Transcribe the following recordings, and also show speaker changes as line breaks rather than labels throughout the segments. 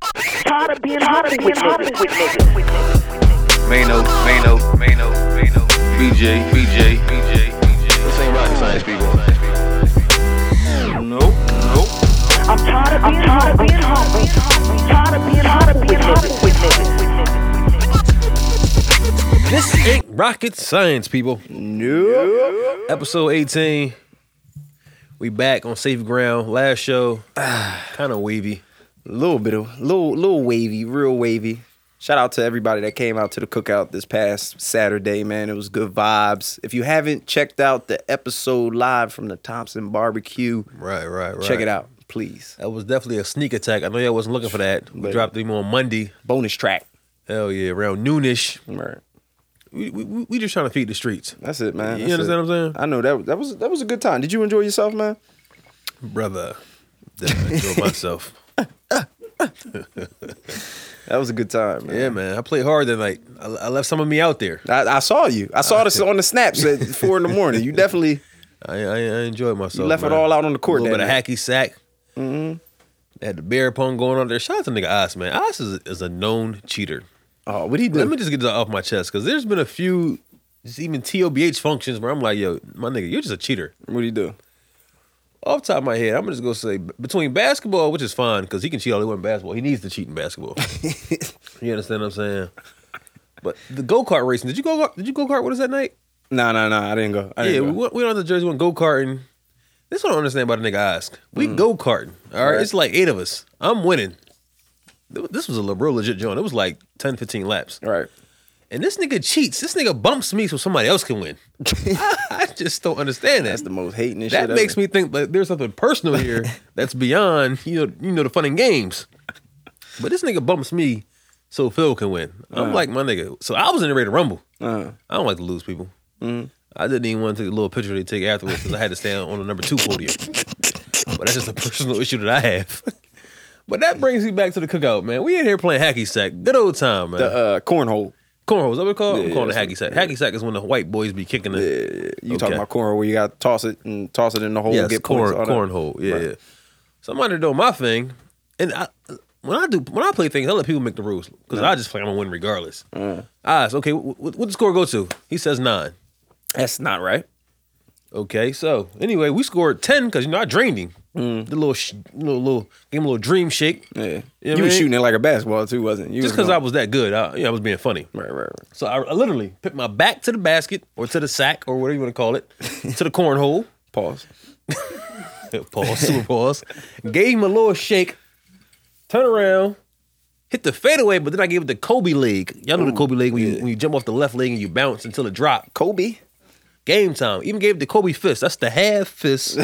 tired of being hot, being hot, with niggas. with niggas.
Mano, Mano, Mano, Mano, BJ, BJ, BJ, BJ. This ain't rocket science, people. Nope, nope.
I'm tired of being hot, being hot, being hot, tired of being hot, being hot, with niggas. with niggas.
This ain't rocket science, people. Nope. Episode 18. We back on safe ground. Last show, kind of wavy.
little bit of little little wavy, real wavy. Shout out to everybody that came out to the cookout this past Saturday, man. It was good vibes. If you haven't checked out the episode live from the Thompson Barbecue,
Right, right, right.
check it out, please.
That was definitely a sneak attack. I know y'all wasn't looking for that. We
But-
dropped them on Monday.
Bonus track.
Hell yeah, around noonish.
Right.
We, we, we- we just trying to feed the streets,
That's it, man.
You
That's
understand
it.
what I'm saying?
I know that that was that was a good time. Did you enjoy yourself, man?
brother. Definitely enjoy myself.
That was a good time, man.
Yeah, man. I played hard that night. I, I left some of me out there.
I, I saw you. I saw this on the snaps at four in the morning. You definitely
I, I, I enjoyed myself.
You left
man.
it all out on the court
A little
that
bit
night.
of hacky sack. Mm-hmm. They had the bear pong going on there. Shout out to nigga Oz, man. Oz is, is a known cheater.
Oh, what he
Let me
do?
just get that off my chest because there's been a few, just even TOBH functions where I'm like, yo, my nigga, you're just a cheater.
What he do?
Off the top of my head, I'm just gonna say b- between basketball, which is fine because he can cheat all he wants in basketball. He needs to cheat in basketball. you understand what I'm saying? But the go kart racing, did you go? Did you go kart with us that night?
No, no, no. I didn't go. I didn't
Yeah,
go.
we went, we went on the jersey, went go karting. This one I don't understand about a nigga ask. We go karting. All right?
Mm. Right.
it's like eight of us. I'm winning. Th- This was a le- real legit joint. It was like 10, 15 laps.
right.
And this nigga cheats. This nigga bumps me so somebody else can win. I just don't understand that.
That's the most hating and shit.
that makes
ever.
me think that there's something personal here that's beyond you know you know the fun and games. But this nigga bumps me so Phil can win. I'm like my nigga. So I was in the ready to rumble.
Uh, Mm.
I don't like to lose people. I didn't even want to take a little picture they take afterwards because I had to stand on the number two podium. But that's just a personal issue that I have. but that brings me back to the cookout, man. We in here playing hacky sack. Good old time, man.
the uh, cornhole.
cornhole, is that what it's called? I'm
Yeah,
calling it
that's
hacky sack. Hacky sack is when the white boys be kicking the.
You
Okay.
talking about cornhole where you got to toss it and toss it in the hole
Yeah,
and get
corn,
points, all that.
cornhole. Yeah,
Right.
yeah. So I'm under doing my thing, and I when I do when I play things, I let people make the rules because I just play. I'm gonna win regardless.
Mm.
Ah, so okay. What, what the score go to? He says nine.
That's not right.
Okay, so anyway, we scored ten because you know I drained him. The little, sh- little, little, gave him a little dream shake.
Mm. Yeah. You,
You know what I
was
mean?
shooting it like a basketball too, wasn't you?
Just because I was that good, I, you know, I was being funny.
Right, right, right.
So I, I literally put my back to the basket or to the sack or whatever you want to call it, to the cornhole.
Pause.
pause, super pause. Gave him a little shake, turn around, hit the fadeaway, but then I gave it the Kobe leg. Y'all know the Kobe leg when, you, when you jump off the left leg and you bounce until it drop.
Kobe.
Game time. Even gave it the Kobe fist. That's the half fist.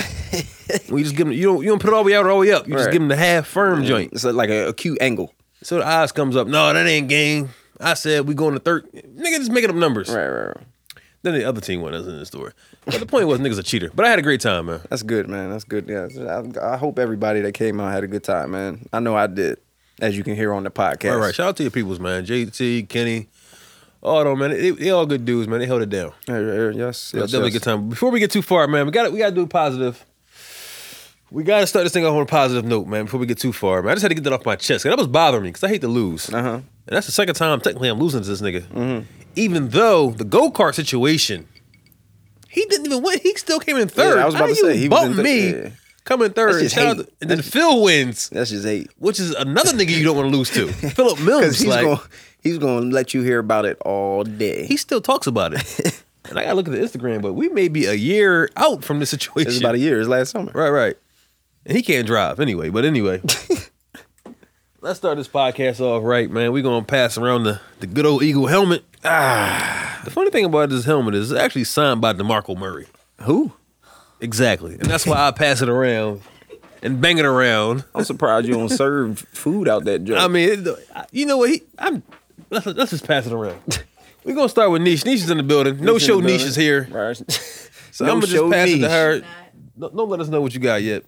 we just give him. You don't. You don't put it all the way out or all the way up. You just
Right.
give him the half firm joint.
It's like a acute angle.
So the eyes comes up. No, that ain't game. I said we going to third. Nigga, just making up numbers.
Right, right, right.
Then the other team won. That's in the story. But the point was, niggas a cheater. But I had a great time, man.
That's good, man. That's good. Yeah, I, I hope everybody that came out had a good time, man. I know I did, as you can hear on the podcast.
All right, shout out to your peoples, man. JT, Kenny, all them man. They, they all good dudes, man. They held it down.
Yeah, yeah, Yes,
It
yes,
was definitely a
yes.
good time. Before we get too far, man, we got to we got to do positive. We got to start this thing off on a positive note, man. Before we get too far, man, I just had to get that off my chest. 'cause that was bothering me because I hate to lose, uh-huh. and that's the second time technically I'm losing to this nigga.
Mm-hmm.
Even though the go kart situation, he didn't even win. He still came in third.
I was about to
How
say,
you
he was
bumped
in
me
th- yeah.
coming third,
That's just
Shout out
hate.
to- and then Phil wins,
That's just eight.
which is another nigga you don't want to lose to. Philip Mills,
Because he's
like,
going he's going to let you hear about it all day.
he still talks about it. and I gotta look at the Instagram, but we may be a year out from this situation.
it's about a year. It's last summer.
Right, right. And he can't drive anyway, but anyway. Let's start this podcast off right, man. We're gonna pass around the, the good old Eagle helmet. Ah the funny thing about this helmet is it's actually signed by DeMarco Murray.
Who?
Exactly. And that's why I pass it around and bang it around.
I'm surprised you don't serve food out that joint.
I mean, it, I- you know what? He, I'm let's, let's just pass it around. We're gonna start with Niche. Niche is in the building. No
Niche in
show.
the
Niche
building.
is here.
Right.
So
No
I'm gonna just
show
pass it to
niche.
her. No, don't let us know what you got yet.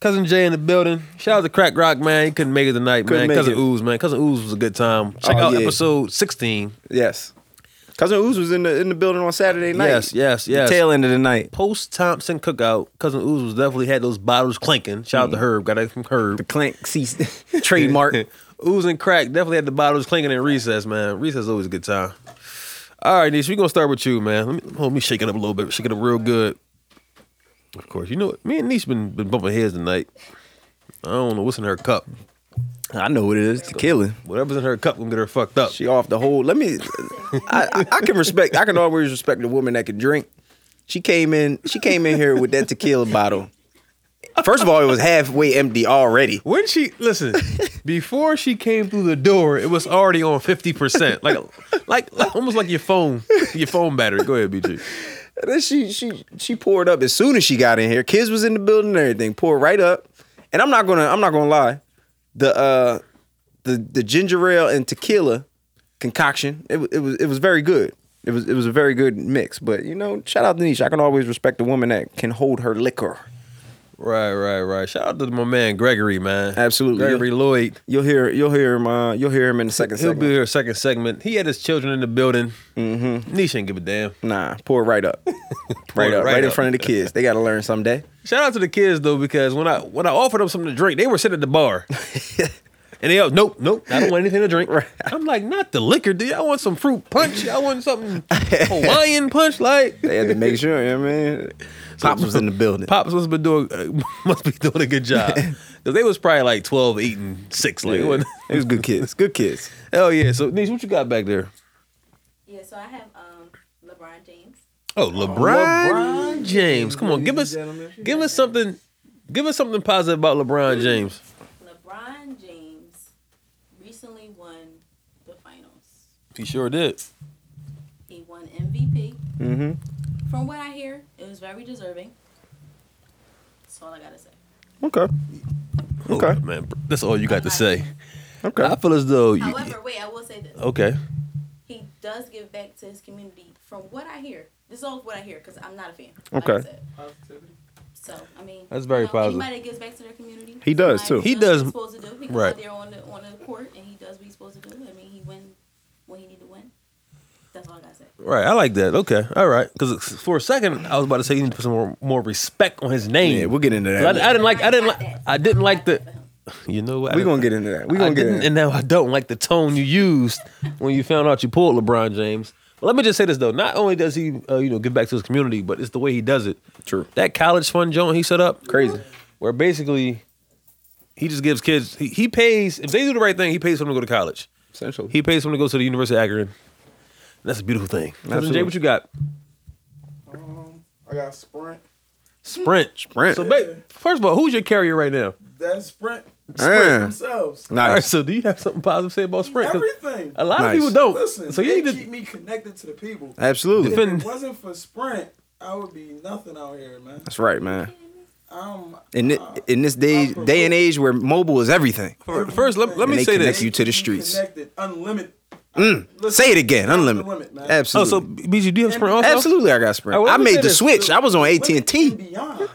Cousin Jay in the building. Shout out to Crack Rock, man. He couldn't make it tonight,
Couldn't
man.
make
Cousin
it.
Ooze, man. Cousin Ooze was a good time. Check
Oh,
out
yeah.
episode 16.
yes. Cousin Ooze was in the in the building on Saturday night.
Yes, yes,
The
yes.
Tail end of the night.
Post Thompson cookout, cousin Ooze was definitely had those bottles clinking. Shout out to Herb, got that from
Mm. The
Herb.
clank ceased. trademark.
Ooze and crack definitely had the bottles clinking in recess, man. Recess is always a good time. All right, Nish, we gonna start with you, man. Let me, hold me shake it up a little bit, shake it up real good. Of course, you know it. Me and Nish been been bumping heads tonight. I don't know what's in her cup.
I know what it is. Tequila.
Whatever's in her cup gonna get her fucked up.
She off the whole. Let me. I, I, I can respect. I can always respect a woman that can drink. She came in. She came in here with that tequila bottle. First of all, it was halfway empty already.
When she listen, before she came through the door, it was already on fifty percent, like, like like almost like your phone, your phone battery. Go ahead, BG.
And then she she she poured up as soon as she got in here. Kids was in the building and everything. Poured right up. And I'm not gonna I'm not gonna lie. The uh the the ginger ale and tequila concoction, it, wa- it was it was very good. It was it was a very good mix. But you know, shout out to Nisha. I can always respect a woman that can hold her liquor.
Right, right, right. Shout out to my man Gregory, man.
Absolutely.
Gregory Lloyd.
You'll hear you'll hear him uh, you'll hear him in the second
He'll be
segment.
here second segment. He had his children in the building. Mm-hmm. Nisha ain't give a damn.
Nah, pour right up. right
it
up,
right
right, in
up.
front of the kids. They gotta learn someday.
Shout out to the kids though, because when I when I offered them something to drink, they were sitting at the bar. And they all, nope, nope, I don't want anything to drink. I'm like, not the liquor, dude. I want some fruit punch. I want something Hawaiian punch. Like,
They had to make sure, you know what I mean? Pops was in the building.
Pops must be doing uh, must be doing a good job because they was probably like twelve, eight, and six. Like,
Yeah.
what-
It was good kids. Good kids.
hell yeah! So, Nish, what you got back there?
Yeah, so I have um LeBron James.
Oh, LeBron, James! Come on, give us give us something, give us something positive about LeBron James.
LeBron James recently won the finals.
He sure did.
He won MVP.
Mm-hmm.
From what I hear, it was very deserving. That's all I gotta say.
Okay. Okay.
man, that's all you got to say.
Okay.
I feel as though, Oh, you,
However, wait, I will say this.
okay,
He does give back to his community. From what I hear, this is all what I hear because I'm not a fan. Like I
Okay.
said. So I mean,
That's very
you know,
positive.
Anybody that gives back to their community,
He does, too.
He
He does. What
does-
he's supposed to do. He goes
right.
out there on the on the court and he does what he's supposed to do. I mean, he win when he need to win. That's all I gotta say.
right? I like that. Okay, all right. Because for a second, I was about to say you need to put some more, more respect on his name.
Yeah, we'll get into
I, I
that.
didn't like. I didn't
Not
like.
that.
I didn't like the.
Not that for him.
You know what?
We're gonna get into that. We're
I
gonna get
didn't,
into
and now I don't like the tone you used when you found out you pulled LeBron James. Well, let me just say this though: not only does he, uh, you know, give back to his community, but it's the way he does it.
True.
That college fund joint he set up,
Crazy.
where basically he just gives kids. He, he pays if they do the right thing. He pays for them to go to college.
Essentially.
He pays for them to go to the University of Akron. That's a beautiful thing. Cousin Jay,
Absolutely.
what you got?
Um, I got Sprint.
Sprint.
Sprint.
So, babe, first of all, who's your carrier right now?
That's Sprint
Yeah.
themselves.
All right.
Nice.
So, do you have something positive to say about Sprint? 'Cause
Everything.
A lot
Nice.
of people don't.
Listen,
so
they
you need
keep
to.
me connected to the people. If
Absolutely.
Defend-
it wasn't for Sprint, I would be nothing out here, man.
That's right, man.
Um,
In this, in this day day and age where mobile is everything.
First, let, let
And
me
they
say
connect
this.
you to the
keep me
streets. Mm.
Connected, unlimited.
Say it again. Unlimited.
Unlimited, man.
Oh, so
Absolutely.
BG, do you have Sprint also?
Absolutely, I got Sprint.
All right, well,
I
let me say
made the
this.
switch. I was on AT and
Unlimited
T.
and Beyond.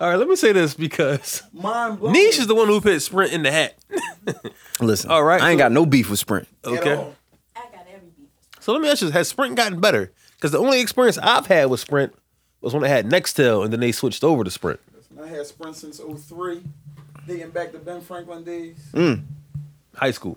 All right, let me say this because
Mind blowing.
Niche is the one who put Sprint in the hat.
Listen,
All right,
I ain't
so-
got no beef with Sprint.
Okay.
I got every beat.
So let me ask you: Has Sprint gotten better? Because the only experience I've had with Sprint was when I had Nextel, and then they switched over to Sprint.
I had Sprint since 03, digging back to Ben Franklin days,
Mm.
High school.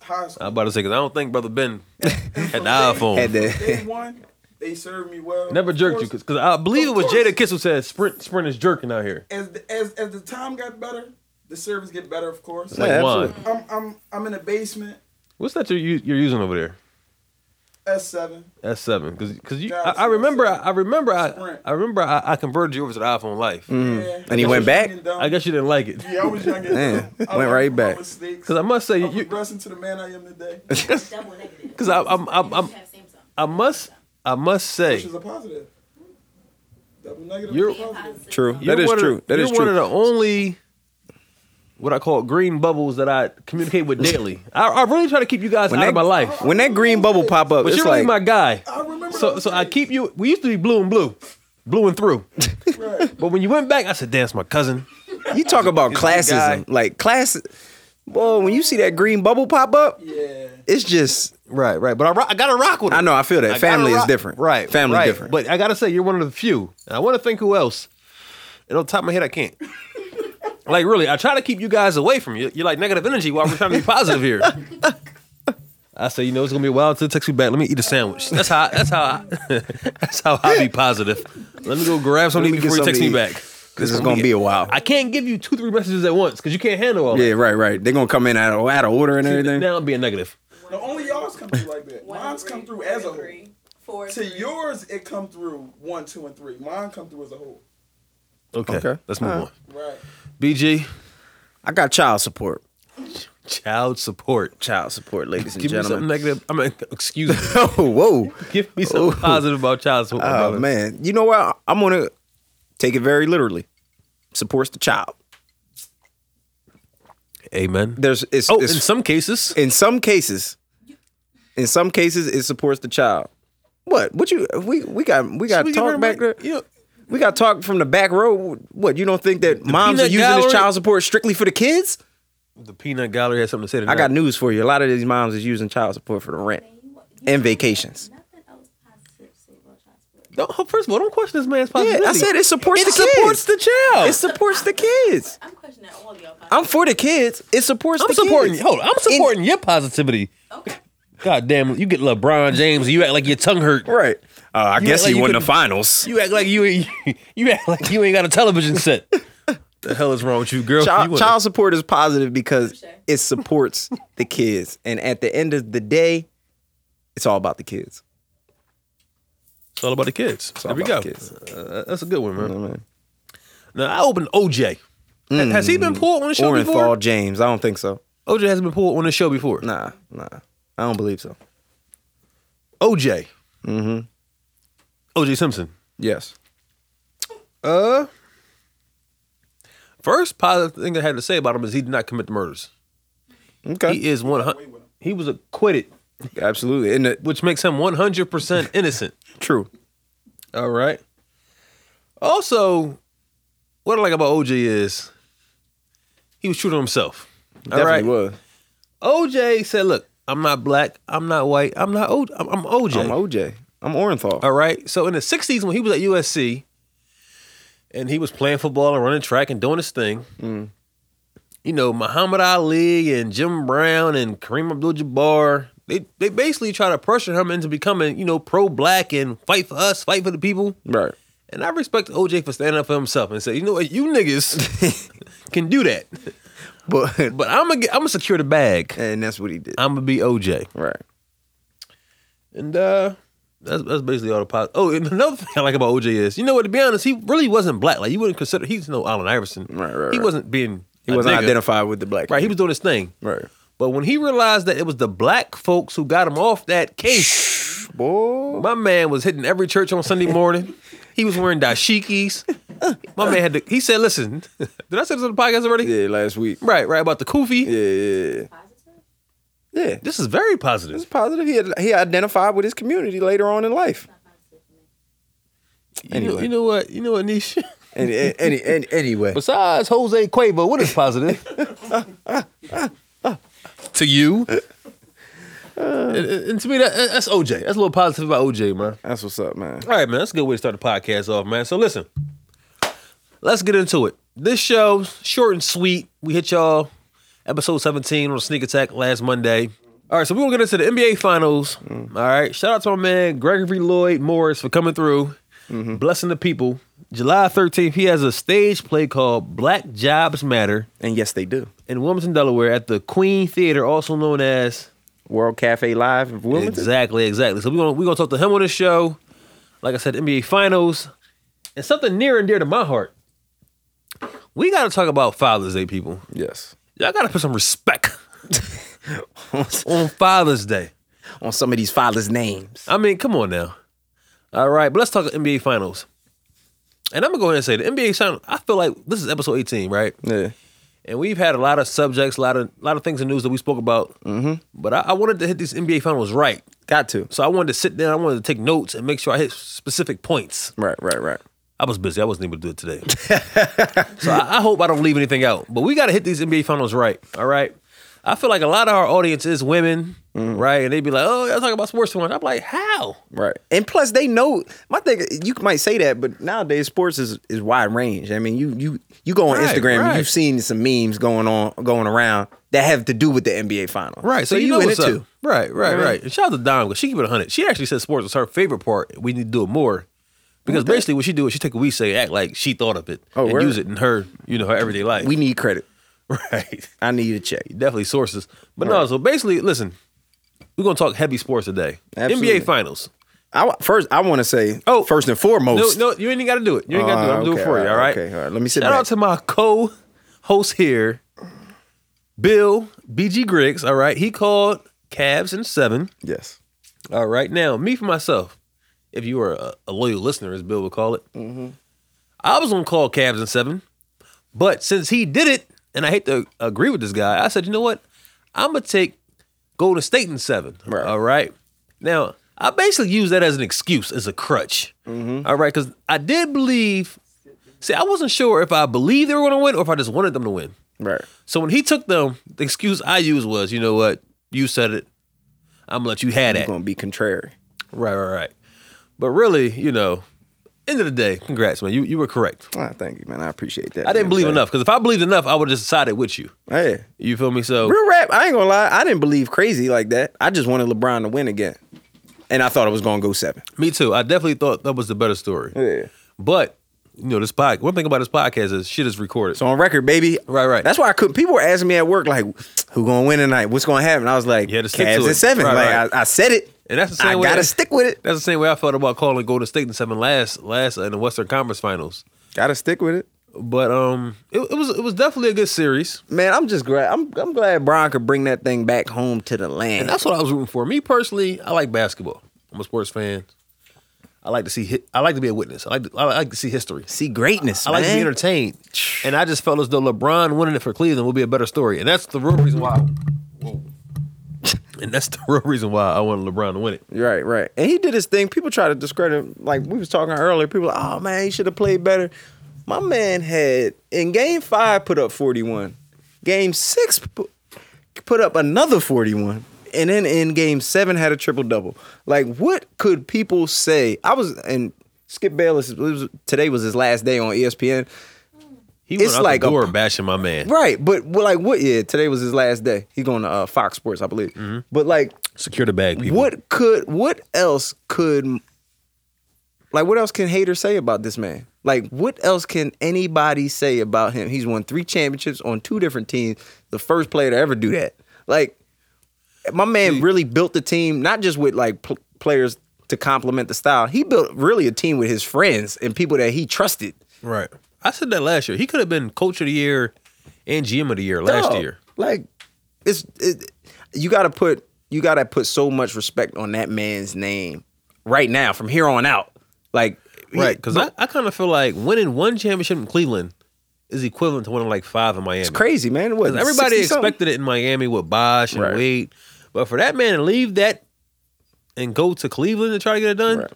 high
I'm
school.
about to say because I don't think Brother Ben had the iPhone.
Had
Day
that.
one, they served me well.
Never
Of
jerked you
course,
because I believe it was
Of course.
Jada Kiss who said Sprint Sprint is jerking out here.
as, the- as as the time got better, the service get better, of course.
Like
Yeah,
wine.
absolutely.
I'm I'm I'm in the basement.
What's that you're, u- you're using over there?
S seven.
S seven because because you
Yeah,
I, I remember I,
S7.
I remember I,
Sprint.
I remember I, I converted you over to the iPhone Life.
Mm-hmm. And he went back?
I guess you didn't like it
Yeah, I was young. and
Man,
dumb. I
went
learned
right
from
back.
My mistakes.
because I must say
I'm
you
progressing to the man I am today,
Double negative.
because I, I'm I'm, I'm
You have Samsung.
I must I must
which
say
is a positive. Double negative.
You're-
is a positive.
True.
you're
That is
one of the-
true. That
you're
is
one of
true.
the only what I call green bubbles that I communicate with daily. I, I really try to keep you guys
When
out
that,
of my life,
when that green bubble pop up,
but
it's
you're
like
really my guy.
I remember.
So
those
so I
days.
keep you. We used to be blue and blue, blue and through,
Right.
but when you went back, I said, "Dance, my cousin."
You talk about
He's a good
classism, like class. Boy, when you see that green bubble pop up,
Yeah.
it's just
Right, right. But I, ro- I gotta rock with it.
I know, I feel that.
gotta
Family is
rock-
different.
Right.
Family
right.
different.
But I gotta say, you're one of the few. And I wanna think who else. And on top of my head, I can't. like really, I try to keep you guys away from you. You're like negative energy while we're trying to be positive here. I say, you know, it's gonna be a while until it takes me back. Let me eat a sandwich. That's how. That's how. I, that's how I be positive. Let me go grab something
Let me get
before he takes
something
me
to eat.
back.
this is gonna be a while.
I can't give you two, three messages at once because you can't handle all
yeah,
that.
right, right. They're gonna come in out of, out of order and everything.
Now I'm being negative.
No, only y'all's come through like that. Mine's come through as a whole.
Four,
To
three.
yours, it come through one, two, and three. Mine come through as a whole.
Okay.
Okay.
Let's move
All
on.
right.
Right.
BG,
I got child support.
child support.
Child support, ladies and
Give
gentlemen.
me something negative. I mean, excuse me.
oh, whoa.
Give me something
Ooh.
positive about child support.
Oh
brother.
man. You know what? I'm gonna take it very literally. Supports the child.
Amen.
There's it's,
oh, in
it's
some cases,
in some cases, in some cases, it supports the child. What? What you? We we got we got
we get rid
talk
of
back
my-
there. We got talk from the back row. What? You don't think that moms are
peanut
using this
gallery?
child support strictly for the kids?
the peanut gallery has something to say. Tonight.
I got news for you. A lot of these moms is using child support for the rent. And vacations.
Nothing else positive to say about child support.
Don't, oh, first of all, don't question this man's
Yeah,
positivity.
I said it supports
It
the kids.
supports the child.
It supports the kids.
I'm questioning all of y'all.
I'm for the kids. It supports
I'm
the
supporting.
kids.
Hold, on, I'm supporting your positivity.
Okay.
God damn, you get LeBron James, and you act like your tongue hurt.
Right. Uh, I
guess like he you won the couldn't-
finals.
You act like you ain't. You act like you ain't got a television set. the hell is wrong with you, girl? You
Child,
wanna-
child support is positive because
Touche.
it supports the kids. And at the end of the day, it's all about the kids.
It's all about the kids.
all
There we go.
about the kids.
Uh, that's a good one, man.
man.
Now I opened OJ. Ha- Has he been pulled on the show before?
Orenthal Mm. James. I don't think so.
OJ hasn't been pulled on the show before.
Nah, nah. I don't believe so.
OJ. Mm-hmm. OJ Simpson.
Yes.
Uh. First positive thing I had to say about him is he did not commit the murders.
Okay.
He is one hundred. He was acquitted,
Absolutely. And the,
which makes him one hundred percent innocent.
true.
All right. Also, what I like about OJ is he was true to himself. All
Definitely
right.
was.
OJ said, "Look, I'm not black. I'm not white. I'm not. O- I'm, I'm OJ.
I'm OJ. I'm Orenthal.
All right. So in the '60s, when he was at USC, and he was playing football and running track and doing his thing,
Mm.
you know, Muhammad Ali and Jim Brown and Kareem Abdul-Jabbar, they they basically try to pressure him into becoming, you know, pro-black and fight for us, fight for the people.
Right.
And I respect OJ for standing up for himself and say, you know what, you niggas can do that,
But
but I'm gonna I'm gonna secure the bag.
and that's what he did.
I'm gonna be OJ.
Right.
And uh that's that's basically all the pot. Oh, and another thing I like about OJ is, you know what? To be honest, he really wasn't black. Like you wouldn't consider he's no Allen Iverson.
Right, right,
He
right.
wasn't being
He wasn't
a nigga.
identified with the black.
Right, he was
community.
doing his thing.
Right.
But when he realized that it was the black folks who got him off that case,
Boy.
my man was hitting every church on Sunday morning. he was wearing dashikis. My man had to. He said, "Listen, did I say this on the podcast already?
Yeah, last week.
Right, right about the kufi.
Yeah, yeah, yeah.
Positive?
Yeah.
This is very
It's
positive.
positive. He had, he identified with his community later on in life.
Not positive to me.
You, know,
Anyway.
you know what? You know what, Nish.
And, and, and, and anyway,
Besides Jose Quavo, what is positive? to you? and, and- and to me, that, that's OJ. That's a little positive about OJ, man.
that's what's up, man.
All right, man. That's a good way to start the podcast off, man. So listen, let's get into it. This show, short and sweet. We hit y'all episode 17 on Sneak Attack last Monday. All right, so we're gonna get into the NBA Finals.
Mm.
All right, shout out to my man Gregory Lloyd Morris for coming through,
Mm-hmm.
blessing the people. July 13th, he has a stage play called Black Jobs Matter
And yes, they do.
in Wilmington, Delaware, at the Queen Theater, also known as
World Cafe Live in Wilmington.
Exactly, exactly. So we're gonna we're gonna talk to him on the show. Like I said, NBA Finals. And something near and dear to my heart. We gotta talk about Father's Day, people.
Yes.
Y'all gotta put some respect on Father's Day.
On some of these fathers' names.
I mean, come on now. All right, but let's talk NBA Finals. And I'm gonna go ahead and say the NBA Finals, I feel like this is episode 18, right?
Yeah.
And we've had a lot of subjects, a lot of lot of things in the news that we spoke about. Mm-hmm. But I, I wanted to hit these NBA finals right.
Got to.
So I wanted to sit down, I wanted to take notes and make sure I hit specific points.
Right, right, right.
I was busy. I wasn't able to do it today. so I, I hope I don't leave anything out. But we got to hit these NBA finals right. All right. I feel like a lot of our audience is women,
Mm.
right? And they be like, "Oh, y'all talking about sports too much." I'm like, "How?"
Right. And plus they know my thing you might say that, but nowadays sports is, is wide range. I mean, you you you go on
Right,
Instagram and
right.
you've seen some memes going on going around that have to do with the NBA finals.
Right. So, you, know
in
what's
it
up.
too.
Right, right,
You know what I
right. And shout out to Dom because she keep it 100. She actually said sports was her favorite part. We need to do it more. Because basically what she do is she take what we say, act like she thought of it,
Oh,
and
word.
use it in her, you know, her everyday life.
We need credit.
right.
I need you to check.
Definitely sources. But no, so basically, listen, we're gonna talk heavy sports today.
Absolutely.
NBA finals.
I wa- first I want to say
Oh.
first and
No,
foremost.
no, you ain't gotta do it. You ain't gotta do it. I'm
Uh,
doing it
okay,
for you, all right?
Okay, all right. Let me sit
Shout
back.
out to my co-host here, Bill BG Griggs. All right, he called Cavs in seven.
yes.
All right, now me for myself, if you were a, a loyal listener, as Bill would call it,
Mm-hmm.
I was gonna call Cavs in seven, but since he did it, and I hate to agree with this guy, I said, you know what, I'm gonna take Golden State in seven.
Right.
All right, now I basically use that as an excuse, as a crutch.
Mm-hmm.
All right, because I did believe. See, I wasn't sure if I believed they were gonna win or if I just wanted them to win.
Right.
So when he took them, the excuse I used was, you know what, you said it. I'm gonna let you have
You're
that.
going to be contrary.
Right, right, right. But really, you know, end of the day, congrats, man. You you were correct.
Ah, thank you, man. I appreciate that.
I didn't
You
believe
know
enough because if I believed enough, I would have just sided with you.
what I'm saying? Hey.
You feel me? So
Real rap, I ain't gonna lie. I didn't believe crazy like that. I just wanted LeBron to win again, and I thought it was gonna go seven.
me too. I definitely thought that was the better story.
Yeah.
But you know, this podcast. One thing about this podcast is shit is recorded.
So on record, baby.
Right, right.
That's why I couldn't. People were asking me at work, like, "Who gonna win tonight? What's gonna happen?" I was like,
You had to stick
"Cavs
to
in
it."
seven.
Right,
like
right.
I, I said it,
And that's the same
I
way-
gotta stick with it.
That's the same way I felt about calling Golden State in seven last last in the Western Conference Finals.
Gotta stick with it.
But um, it, it was it was definitely a good series.
Man, I'm just glad. I'm I'm glad Bron could bring that thing back home to the land.
And that's what I was rooting for. Me personally, I like basketball. I'm a sports fan. I like to see. hi- I like to be a witness. I like. To, I like to see history.
See greatness.
I like to be
man.
entertained. And I just felt as though LeBron winning it for Cleveland would be a better story. And that's the real reason why. Whoa. And that's the real reason why I wanted LeBron to win it.
Right, right. And he did his thing. People try to discredit him. Like we was talking earlier, people like, oh man, he should have played better. My man had in game five put up 41. Game six pu- put up another 41. And then in game seven had a triple double. Like, what could people say? I was and Skip Bayless it was, today was his last day on E ESPN.
He
It's
went out
like a-
the door bashing my man.
Right, but well, like what yeah, today was his last day. He's going to uh, Fox Sports, I believe. But like
Mm-hmm. Secure the bag, people.
what could what else could like what else can haters say about this man? Like what else can anybody say about him? He's won three championships on two different teams. The first player to ever do that. Like my man really built the team not just with like pl- players to complement the style. He built really a team with his friends and people that he trusted.
Right. I said that last year. He could have been coach of the year and GM of the year last
Dog,
year.
Like it's it, you got to put you got to put so much respect on that man's name right now from here on out. Like he-
Right. Because I,
but
I kind of feel like winning one championship in Cleveland is equivalent to winning like five in Miami.
it's crazy, man. What
'Cause everybody
60-something?
expected it in Miami with Bosh and
Right.
Wade. But for that man to leave that and go to Cleveland to try to get it done,
Right.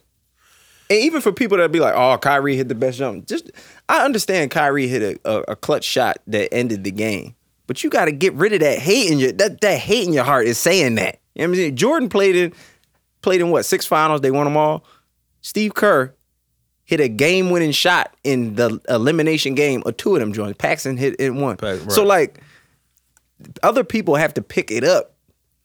And even for people that be like, "Oh, Kyrie hit the best jump." Just I understand Kyrie hit a, a, a clutch shot that ended the game, but you got to get rid of that hate in your that that hate in your heart is saying that. You know what I'm saying? Jordan played in played in what six finals? They won them all. Steve Kerr hit a game winning shot in the elimination game of two of them joints. Paxton hit in one.
Pax- right.
So like, other people have to pick it up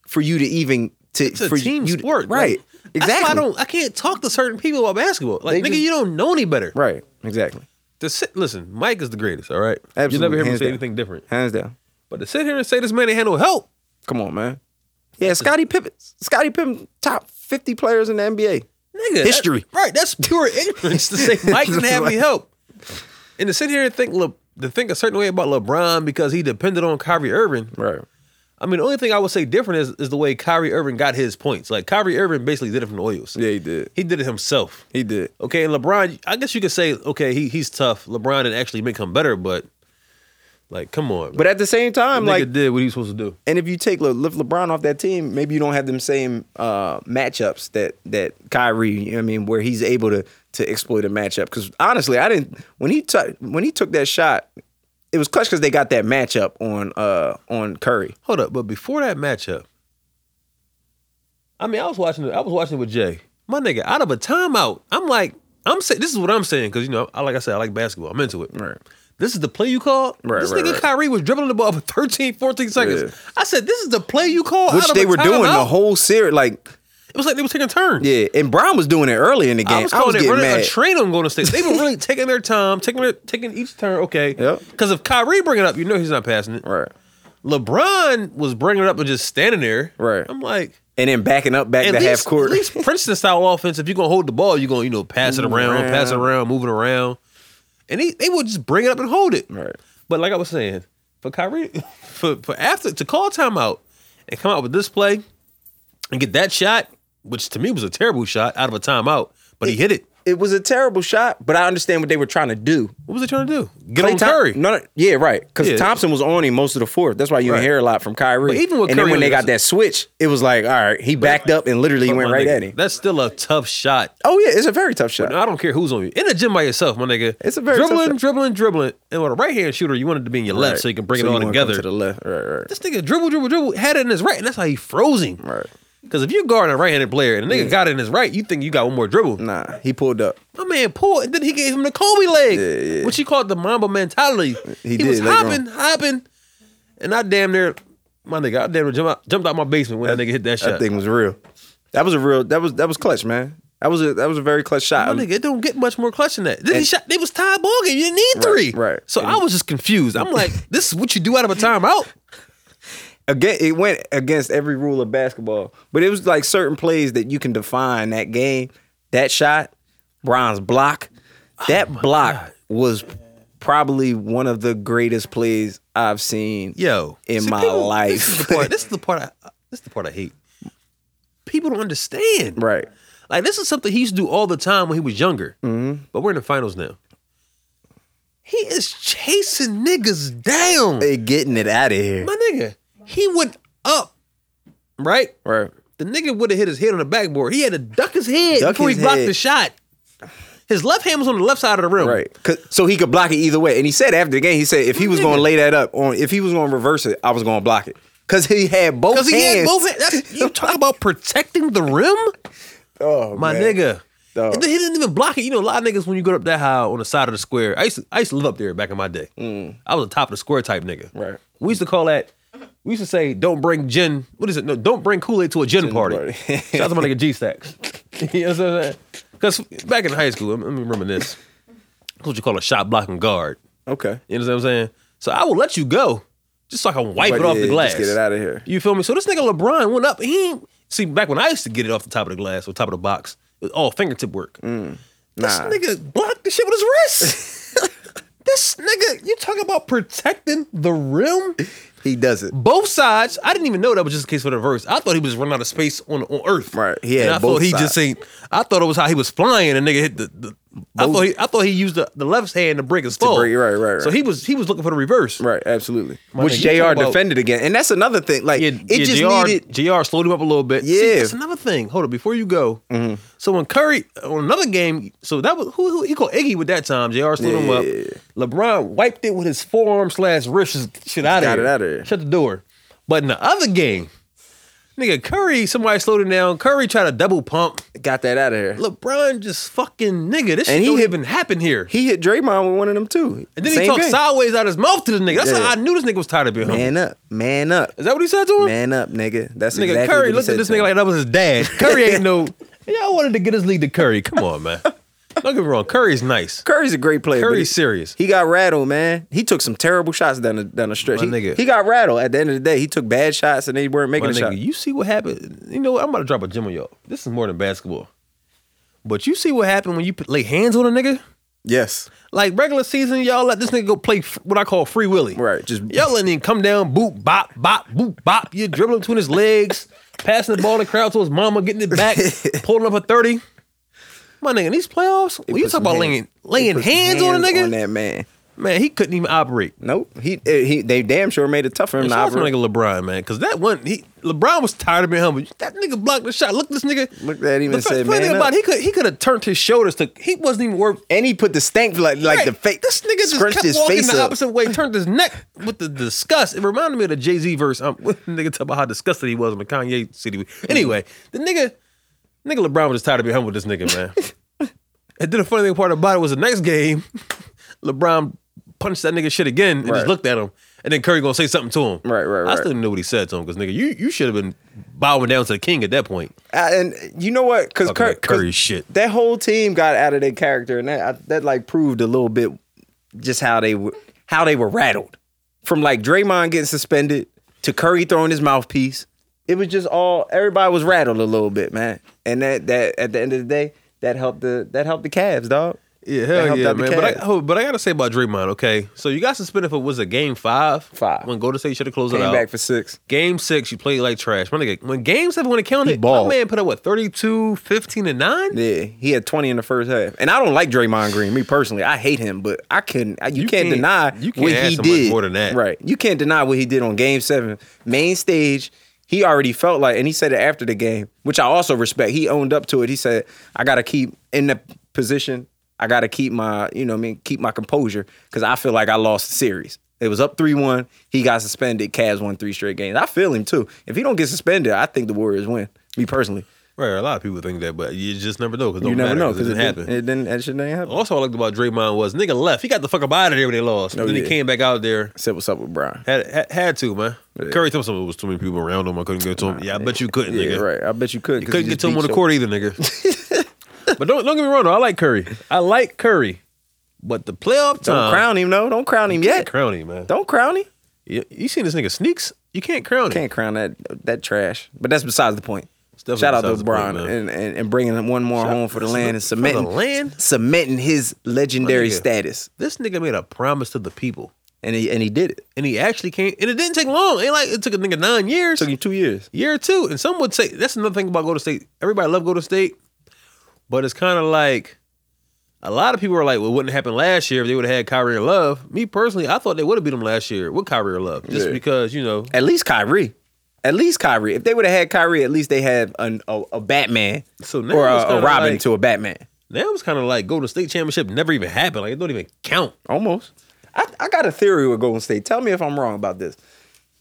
for you to even to
it's a
for
team
you, to-
sport.
right?
Like, that's why
Exactly.
I don't. I can't talk to certain people about basketball. Like,
They
nigga,
just-
you don't know any better.
right. Exactly.
To sit, listen, Mike is the greatest. All right. You
Absolutely,
never hear me
hands
say
down.
anything different.
Hands down.
But to sit here and say this man ain't had no help,
Come on, man. Yeah, Scottie Pippen. Scottie Pippen, top 50 players in the NBA.
nigga, that-
History.
right? That's pure ignorance to say Mike didn't have any help. And to sit here and think, look, to think a certain way about LeBron because he depended on Kyrie Irving.
Right.
I mean, the only thing I would say different is, is the way Kyrie Irving got his points. Like Kyrie Irving basically did it from the Oils.
Yeah, he did.
He did it himself.
He did.
Okay, and LeBron, I guess you could say, okay, he he's tough. LeBron didn't actually make him better, but like, come on.
But at the same time,
nigga
like,
did what he was supposed to do.
and if you take Le- lift LeBron off that team, maybe you don't have them same uh, matchups that that Kyrie. You know what I mean, where he's able to to exploit a matchup. Because honestly, I didn't when he took when he took that shot it was clutch because they got that matchup on uh on Curry.
Hold up, but before that matchup, I mean, I was watching. it- I was watching it with Jay. My nigga, out of a timeout, I'm like, I'm saying this is what I'm saying because you know, I like I said, I like basketball. I'm into it.
Right.
This is the play you called.
Right,
this
right,
nigga
right.
Kyrie was dribbling the ball for 13, 14 seconds.
Yeah.
I said, this is the play you called.
Which
out of
they
a
were doing the
timeout?
whole series. Like,
It was like they were taking turns.
yeah, and Brown was doing it early in the game.
I was calling it
getting
running
mad.
a train on Golden State. They were really taking their time, taking their, taking each turn. Okay,
Yep.
Because if Kyrie bring it up, you know he's not passing it.
right.
LeBron was bringing it up and just standing there.
Right.
I'm like,
And then backing up back
at
to
least,
half court.
at least Princeton style offense. If you're gonna hold the ball, you're gonna you know pass it
Move
around,
around.
pass it around, move it around, and they they would just bring it up and hold it.
Right.
But like I was saying, for Kyrie, for for after to call timeout and come out with this play and get that shot, which to me was a terrible shot out of a timeout, but he hit it.
it was a terrible shot, but I understand what they were trying to do.
What was he trying to do? Get
Klay
on
Thom-
Curry.
No, no, yeah, right. Because
Yeah.
Thompson was on him most of the fourth. That's why you
Right.
didn't hear a lot from Kyrie.
But even with
and then
Curry
when they
on
got
the-
that switch, it was like, all right, he backed up and literally
Fuck
went
my
right
nigga.
at him.
That's still a tough shot.
Oh yeah, it's a very tough shot.
No, I don't care who's on you. In the gym by yourself, my nigga.
It's a very tough
dribbling,
shot.
dribbling, dribbling. And with a right hand shooter, you want it to be in your left
Right.
so you can bring
So
it all
wanna come
together.
to the left, right, right,
This nigga dribble, dribble, dribble, had it in his right, and that's how he froze him.
right.
Because if you guard a right-handed player and the nigga got it in his right, you think you got one more dribble.
Nah, he pulled up.
My man pulled, and then he gave him the Kobe leg,
Yeah, yeah.
which he called the Mamba mentality.
He
was
did later on.
hopping, hopping, and I damn near, my nigga, I damn near jumped out, jumped out my basement when that, nigga hit that shot.
That thing was real. That was a real. That was that was clutch, man. That was a that was a very clutch shot.
My nigga, it don't get much more clutch than that. Then he
And-
shot. They was tied ball game. You didn't need E three.
Right, right.
So
And
I was just confused. I'm like, this is what you do out of a timeout.
again it went against every rule of basketball but it was like certain plays that you can define that game that shot Bron's block
Oh
that block was probably one of the greatest plays I've seen
Yo,
in
see,
my
people- This is
life
the part. This is the part. I, this is the part I hate. People don't understand.
right
Like this is something he used to do all the time when he was younger.
Mm-hmm.
But we're in the finals now. He is chasing niggas down.
they getting it out of here
My nigga, he went up, right?
right
The nigga would have hit his head on the backboard. He had to duck his head
Duck
before
his
he blocked
head.
the shot. His left hand was on the left side of the rim.
right 'Cause- so he could block it either way and he said after the game he said if he was going to lay that up on if he was going to reverse it I was going to block it cuz he had both
Because he had
hands.
both hands. That's- You talk about protecting the rim?
oh
My
man.
nigga.
Dog.
And then He didn't even block it. You know, a lot of niggas when you go up that high on the side of the square. I used to, I used to live up there back in my day. I was a top of the square type nigga.
Mm. Right.
We used to call that. We used to say, "Don't bring gin." What is it? No, don't bring Kool Aid to a gin, party.
party.
Shout out to my nigga G Stacks. you know what I'm saying? Because back in high school, I'm, I'm reminisce. That's what you call a shot blocking guard.
okay
You know what I'm saying? So I will let you go, just so I can wipe
But
it off
yeah,
the glass.
just get it out of here
You feel me? So this nigga LeBron went up. He ain't- see back when I used to get it off the top of the glass or top of the box. It was all fingertip work. This
Mm. Nah.
nigga blocked the shit with his wrist. this nigga, you talking about protecting the rim?
he does it
Both sides. I didn't even know that was just the case for the verse. I thought he was running out of space on on Earth.
Right. He had
and I
both
thought he
sides.
just ain't. I thought it was how he was flying and nigga hit the. the I
Both-
thought he I thought he used the, the left hand to break his fall.
break- right, right, right.
So he was he was looking for the reverse.
Right, absolutely.
My
Which
nigga, you
JR
talk about-
defended again. And that's another thing. Like
Yeah,
it
yeah,
just
JR,
needed
JR slowed him up a little bit. See,
Yeah. Mm-hmm.
that's another thing. Hold up, before you go. So when Curry on another game, so that was who, who he called Iggy with that time. JR slowed him up. LeBron wiped it with his forearm slash wrist shit out of
Got
here.
it outta here.
Shut the door. But in the other game, nigga Curry, somebody slowed him down. Curry tried to double pump.
got that out of here.
LeBron just fucking nigga. This
And
shit
he
don't
hit-
even happen here.
He hit Draymond with one of them too.
and then
Same
he talked
game.
sideways out his mouth to this nigga. That's
Yeah.
how I knew this nigga was tired of being humble.
Man up, man up,
Is that what he said to him?
man up, nigga. That's
Nigga
exactly
Curry
what he
looked
said
at this
to
nigga
him.
like that was his dad. Curry ain't no. Y'all wanted to get his lead to Curry. Come on, man. Don't get me wrong. Curry's nice.
Curry's a great player. but
Curry's
he-
serious.
He got rattled, man. He took some terrible shots down the down the stretch.
My
he,
nigga.
he got rattled at the end of the day. He took bad shots and they weren't
My
making a shot.
nigga, you see what happened? You know what? I'm about to drop a gem on y'all. This is more than basketball. But you see what happened when you put, lay hands on a nigga?
Yes.
Like regular season, y'all let this nigga go play f- what I call free willie.
Right, just-
y'all letting him come down, boop, bop, bop, boop, bop. You're dribbling between his legs, passing the ball to the crowd to his mama, getting it back, pulling up a thirty. My nigga, in these playoffs, when you
put
talk
some
about
hands-
laying laying
Put some
hands, on a nigga,
on that man.
Man, he couldn't even operate.
Nope. He eh, he. They damn sure made it tough for him to
Shout out to my
operate.
nigga LeBron, man, because that one, he LeBron was tired of being humble. That nigga blocked the shot. Look, at this nigga.
Looked at him
The
and
fa-
said,
funny
"Man
thing
up."
about it, he could he could have turned his shoulders to. He wasn't even worth.
And he put the stank like like
Right.
the face.
This nigga just
scrunched
kept
his
walking
face
the
up.
opposite way, turned his neck with the disgust. It reminded me of the Jay Z verse. Um, what the nigga talk about how disgusted he was when the Kanye city.
Mm-hmm.
Anyway, the nigga, nigga LeBron was just tired of being humble. with This nigga, man. and then the funny thing part about it was the next game, LeBron punched that nigga shit again and just
Right.
looked at him. And then Curry gonna say something to him.
Right, right,
I
right.
still didn't know what he said to him because nigga, you you should have been bowing down to the king at that point.
Uh, and you know what? Because
Talking
Cur-
that Curry
'cause
shit.
that whole team got out of their character, and that I, that like proved a little bit just how they were how they were rattled from like Draymond getting suspended to Curry throwing his mouthpiece. It was just all everybody was rattled a little bit, man. And that that at the end of the day, that helped the that helped the Cavs, dog.
Yeah,
That
hell
helped
yeah,
out the
man. But I,
Cavs.
oh, but I gotta say about Draymond, okay? So you got suspended for was it game five?
Five.
When Golden State should have closed
came
it out.
back for six.
game six, you played like trash. My nigga, when game seven when it counted, my
balled.
man put up what 32, 15, and nine?
Yeah, he had twenty in the first half, and I don't like Draymond Green. Me personally, I hate him, but I couldn't. You,
You
can't,
can't-
deny
you can't
what
ask
he
for much
did
more than that.
right? You can't deny what he did on Game Seven, main stage. He already felt like, and he said it after the game, which I also respect. He owned up to it. He said, "I got to keep in the position. I got to keep my, you know, what I mean, keep my composure because I feel like I lost the series." It was up three one. He got suspended. Cavs won three straight games. I feel him too. If he don't get suspended, I think the Warriors win. Me personally,
Right. A lot of people think that, but you just never know because
you never know
because
because
it
it,
didn't happen.
didn't, it didn't. That shit didn't happen.
also, what I liked about Draymond was nigga left. He got the fuck up out of there when they lost.
Oh,
then he
yeah.
came back out there.
said what's up with Brian.
Had, had, had to, man.
Yeah.
Curry told me something, it was too many people around him. I couldn't get to him. Yeah, I bet you couldn't,
Yeah,
nigga.
right. I bet you could.
You
'cause
couldn't
he just
get to him
beat
on the
your-
court either, nigga. but don't don't get me wrong though. I like Curry. I like Curry. But the playoff
Don't
time,
crown him, no. Don't crown him
can't
yet.
crown him, man.
Don't crown him.
You, you seen this nigga sneaks? You can't crown him.
Can't crown that that trash. But that's besides the point.
It's definitely
Shout out to
besides the point,
LeBron
man.
and, and, and bringing one more home for the land and
For the
cementing
land? Oh,
cementing his legendary
My nigga.
status.
This nigga made a promise to the people,
And he and he did it.
and he actually came. And it didn't take long. Ain't like it took a nigga nine years,
Took him two years.
year or two. And some would say that's another thing about Golden State. Everybody love Golden State, but it's kind of like a lot of people are like, "Well, it wouldn't happen last year if they would have had Kyrie and Love." Me personally, I thought they would have beat them last year with Kyrie and Love, just
Yeah.
because you know.
At least Kyrie. At least Kyrie. If they would have had Kyrie, at least they had an, a, a Batman
So now
or
it's
a, a
kinda
Robin
like-
to a Batman.
Now it's kind of like Golden State championship never even happened. Like it don't even count.
Almost. I, I got a theory with Golden State. Tell me if I'm wrong about this.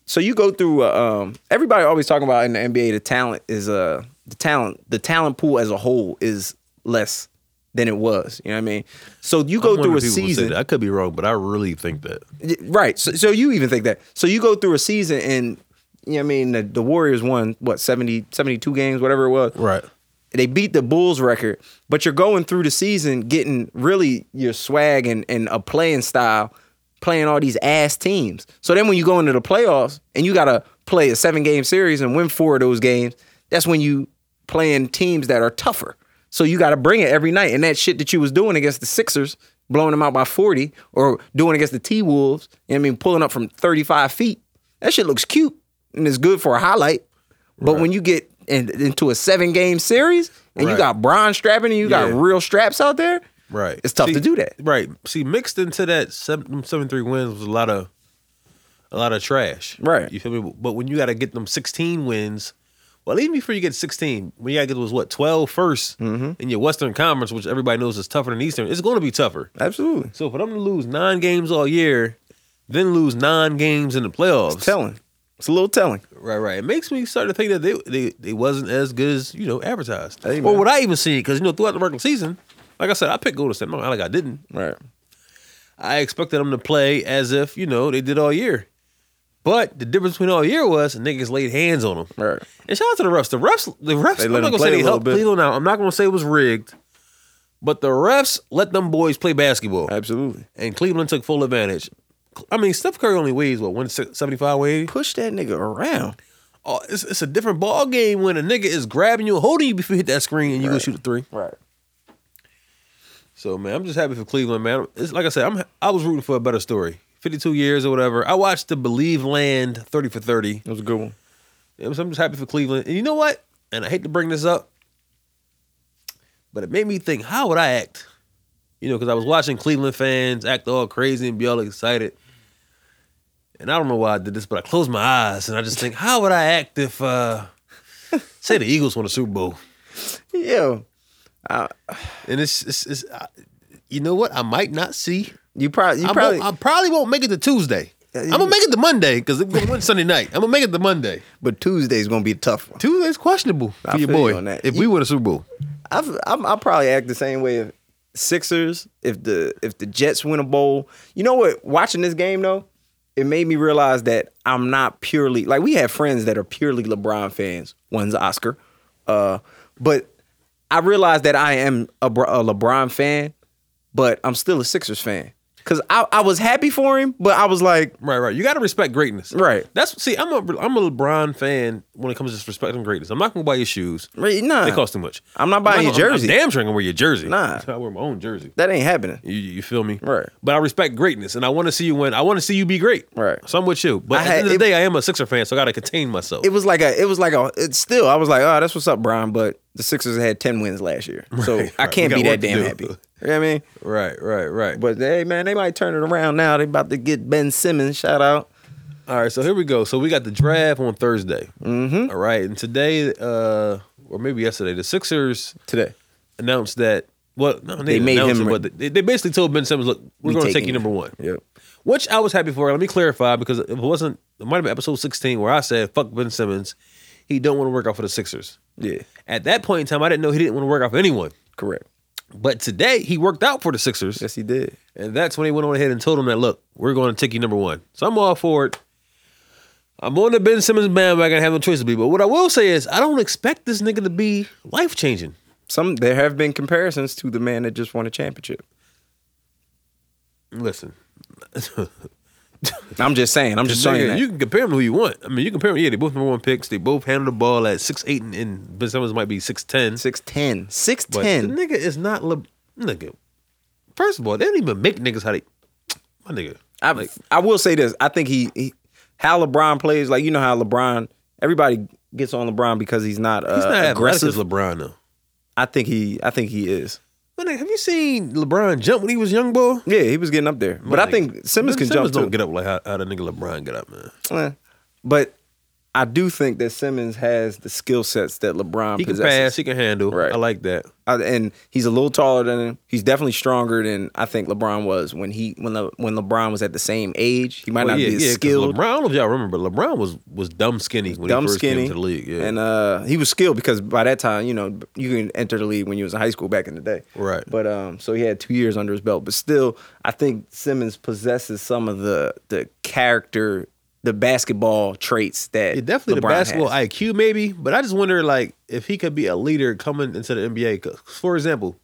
So you go through. Uh, um, everybody always talking about in the NBA the talent is uh the talent the talent pool as a whole is less than it was. You know what I mean? So you go
I'm one of
through a
the people who say
season,
that. I could be wrong, but I really think that.
Y- right? So, so you even think that? So you go through a season and you know what I mean the, the Warriors won what 70, 72 games, whatever it was.
Right.
They beat the Bulls record, but you're going through the season getting really your swag and, and a playing style, playing all these ass teams. So then when you go into the playoffs and you gotta play a seven game series and win four of those games, that's when you playing teams that are tougher. So you gotta bring it every night. And that shit that you was doing against the Sixers, blowing them out by 40, or doing against the T Wolves, you know what I mean, pulling up from 35 feet, that shit looks cute and it's good for a highlight. But when you get in, into a seven game series and
Right.
you got bronze strapping and you
Yeah.
got real straps out there,
Right.
It's tough
See,
to do that.
Right. See, mixed into that seven them seven three wins was a lot of a lot of trash.
Right.
You feel me? But when you gotta get them sixteen wins, well, even before you get sixteen, when you gotta get was what, 12 1st
Mm-hmm.
in your Western Conference, which everybody knows is tougher than Eastern, it's gonna be tougher.
Absolutely.
So for them to lose nine games all year, then lose nine games in the playoffs.
It's telling. It's a little telling.
Right, right. It makes me start to think that they they, they wasn't as good as you know advertised,
Hey, man.
or what I even see. Because you know throughout the regular season, like I said, I picked Golden State. No, like I didn't.
Right.
I expected them to play as if you know they did all year. But the difference between all year was niggas laid hands on them.
Right.
And shout out to the refs. The refs, the refs.
They
I'm
let
not
them
gonna
play
say
a
they
little
helped
bit.
Cleveland out. I'm not gonna say it was rigged. But the refs let them boys play basketball,
Absolutely.
and Cleveland took full advantage. I mean, Steph Curry only weighs what one seventy five weight.
Push that nigga around.
Oh, it's, it's a different ball game when a nigga is grabbing you, and holding you before you hit that screen, and you go shoot a three.
Right.
So man, I'm just happy for Cleveland, man. It's like I said, I'm I was rooting for a better story. 52 years or whatever. I watched the Believe Land 30 for 30.
That was a good one.
It was- I'm just happy for Cleveland. And you know what? And I hate to bring this up, but it made me think: How would I act You know, because I was watching Cleveland fans act all crazy and be all excited. And I don't know why I did this, but I closed my eyes and I just think, how would I act if, uh, say, the Eagles won a Super Bowl?
Yo,
And it's, it's, it's I, you know what? I might not see.
you probably you
I,
probably
won't, I probably won't make it to Tuesday.
Yeah,
I'm
you-
gonna make it to Monday because it went Sunday night. I'm gonna make it to Monday.
but Tuesday's gonna be a tough one.
Tuesday's questionable for
I
your
feel you
boy.
on that.
If
You-
we win a Super Bowl,
I've, I'm, I'll probably act the same way. If Sixers, if the if the Jets win a bowl, you know what? Watching this game though, it made me realize that I'm not purely like we have friends that are purely LeBron fans. One's Oscar, uh, but I realized that I am a, Br- a LeBron fan, but I'm still a Sixers fan because I, I was happy for him, but I was like,
right, right. You gotta respect greatness.
Right.
That's see, I'm a I'm a LeBron fan when it comes to respecting greatness. I'm not gonna buy your shoes.
nah,
They cost too much.
I'm not buying your
gonna- I'm-
jersey.
I'm damn sure I'm gonna wear your jersey.
Nah.
I wear my own jersey.
that ain't happening.
You, you feel me?
Right.
But I respect greatness, and I want to see you win. I want to see you be great.
Right.
So I'm with you. But
I
at the
had-
end of the
it-
day, I am a Sixer fan, so I gotta contain myself.
it was like a it was like a it's still I was like, oh, that's what's up, Brian. But the Sixers had ten wins last year, so
Right,
I
right.
can't
We
be that
got work to
damn
do.
happy. You know what I mean?
right, right, right.
But hey, man, they might turn it around now. They about to get Ben Simmons. Shout out.
All right, so here we go. So we got the draft on Thursday. Mm-hmm. right, and today, uh, or maybe yesterday, the Sixers
Today.
announced that. Well, no, they,
They
didn't
made
announce
him-
it, but they, they basically told Ben Simmons, "Look, we're
We
going to take
taking
you
you."
number one,"
Yep.
which I was happy for. Let me clarify because it wasn't. It might have been episode sixteen where I said, "Fuck Ben Simmons, he don't want to work out for the Sixers."
Yeah.
At that point in time, I didn't know he didn't want to work out for anyone.
Correct.
But today, he worked out for the Sixers.
Yes, he did.
And that's when he went on ahead and told him that, look, we're going to take you number one. So I'm all for it. I'm on the Ben Simmons bandwagon. I have no choice to be. But what I will say is, I don't expect this nigga to be life changing.
Some there have been comparisons to the man that just won a championship.
Listen,
I'm just saying. I'm just saying
nigga,
that.
you can compare him to who you want. I mean, you compare them. Yeah, they both number one picks. They both handle the ball at six eight, and, and Ben Simmons might be six ten.
six ten. Six
But
ten.
the nigga is not Le- nigga. First of all, they don't even make niggas how they. My nigga,
I I will say this. I think he, he how LeBron plays. Like you know how LeBron. Everybody gets on LeBron because he's not, uh,
he's not
aggressive.
aggressive. As LeBron though.
I think he. I think he is.
My nigga, have you seen LeBron jump when he was young boy?
Yeah, he was getting up there. But I think Simmons can jump
don't
too.
get up like how, how the nigga LeBron get up, man.
Eh. But I do think that Simmons has the skill sets that LeBron
He can pass,
possesses.
he can handle.
Right.
I like that.
I- and he's a little taller than him. He's definitely stronger than I think LeBron was when he when Le, when LeBron was at the same age. He might
Well,
not
yeah,
be as
yeah, 'cause
skilled.
LeBron, I don't know if y'all remember, but LeBron was was dumb skinny when
dumb
he first
skinny
came to the league. Yeah.
and uh he was skilled because by that time you know you can enter the league when you was in high school back in the day
Right.
but um so he had two years under his belt but still i think simmons possesses some of the the character the basketball traits that
Yeah, definitely the
LeBron
basketball
has.
IQ, maybe, but I just wonder like if he could be a leader coming into the NBA. 'Cause, For example,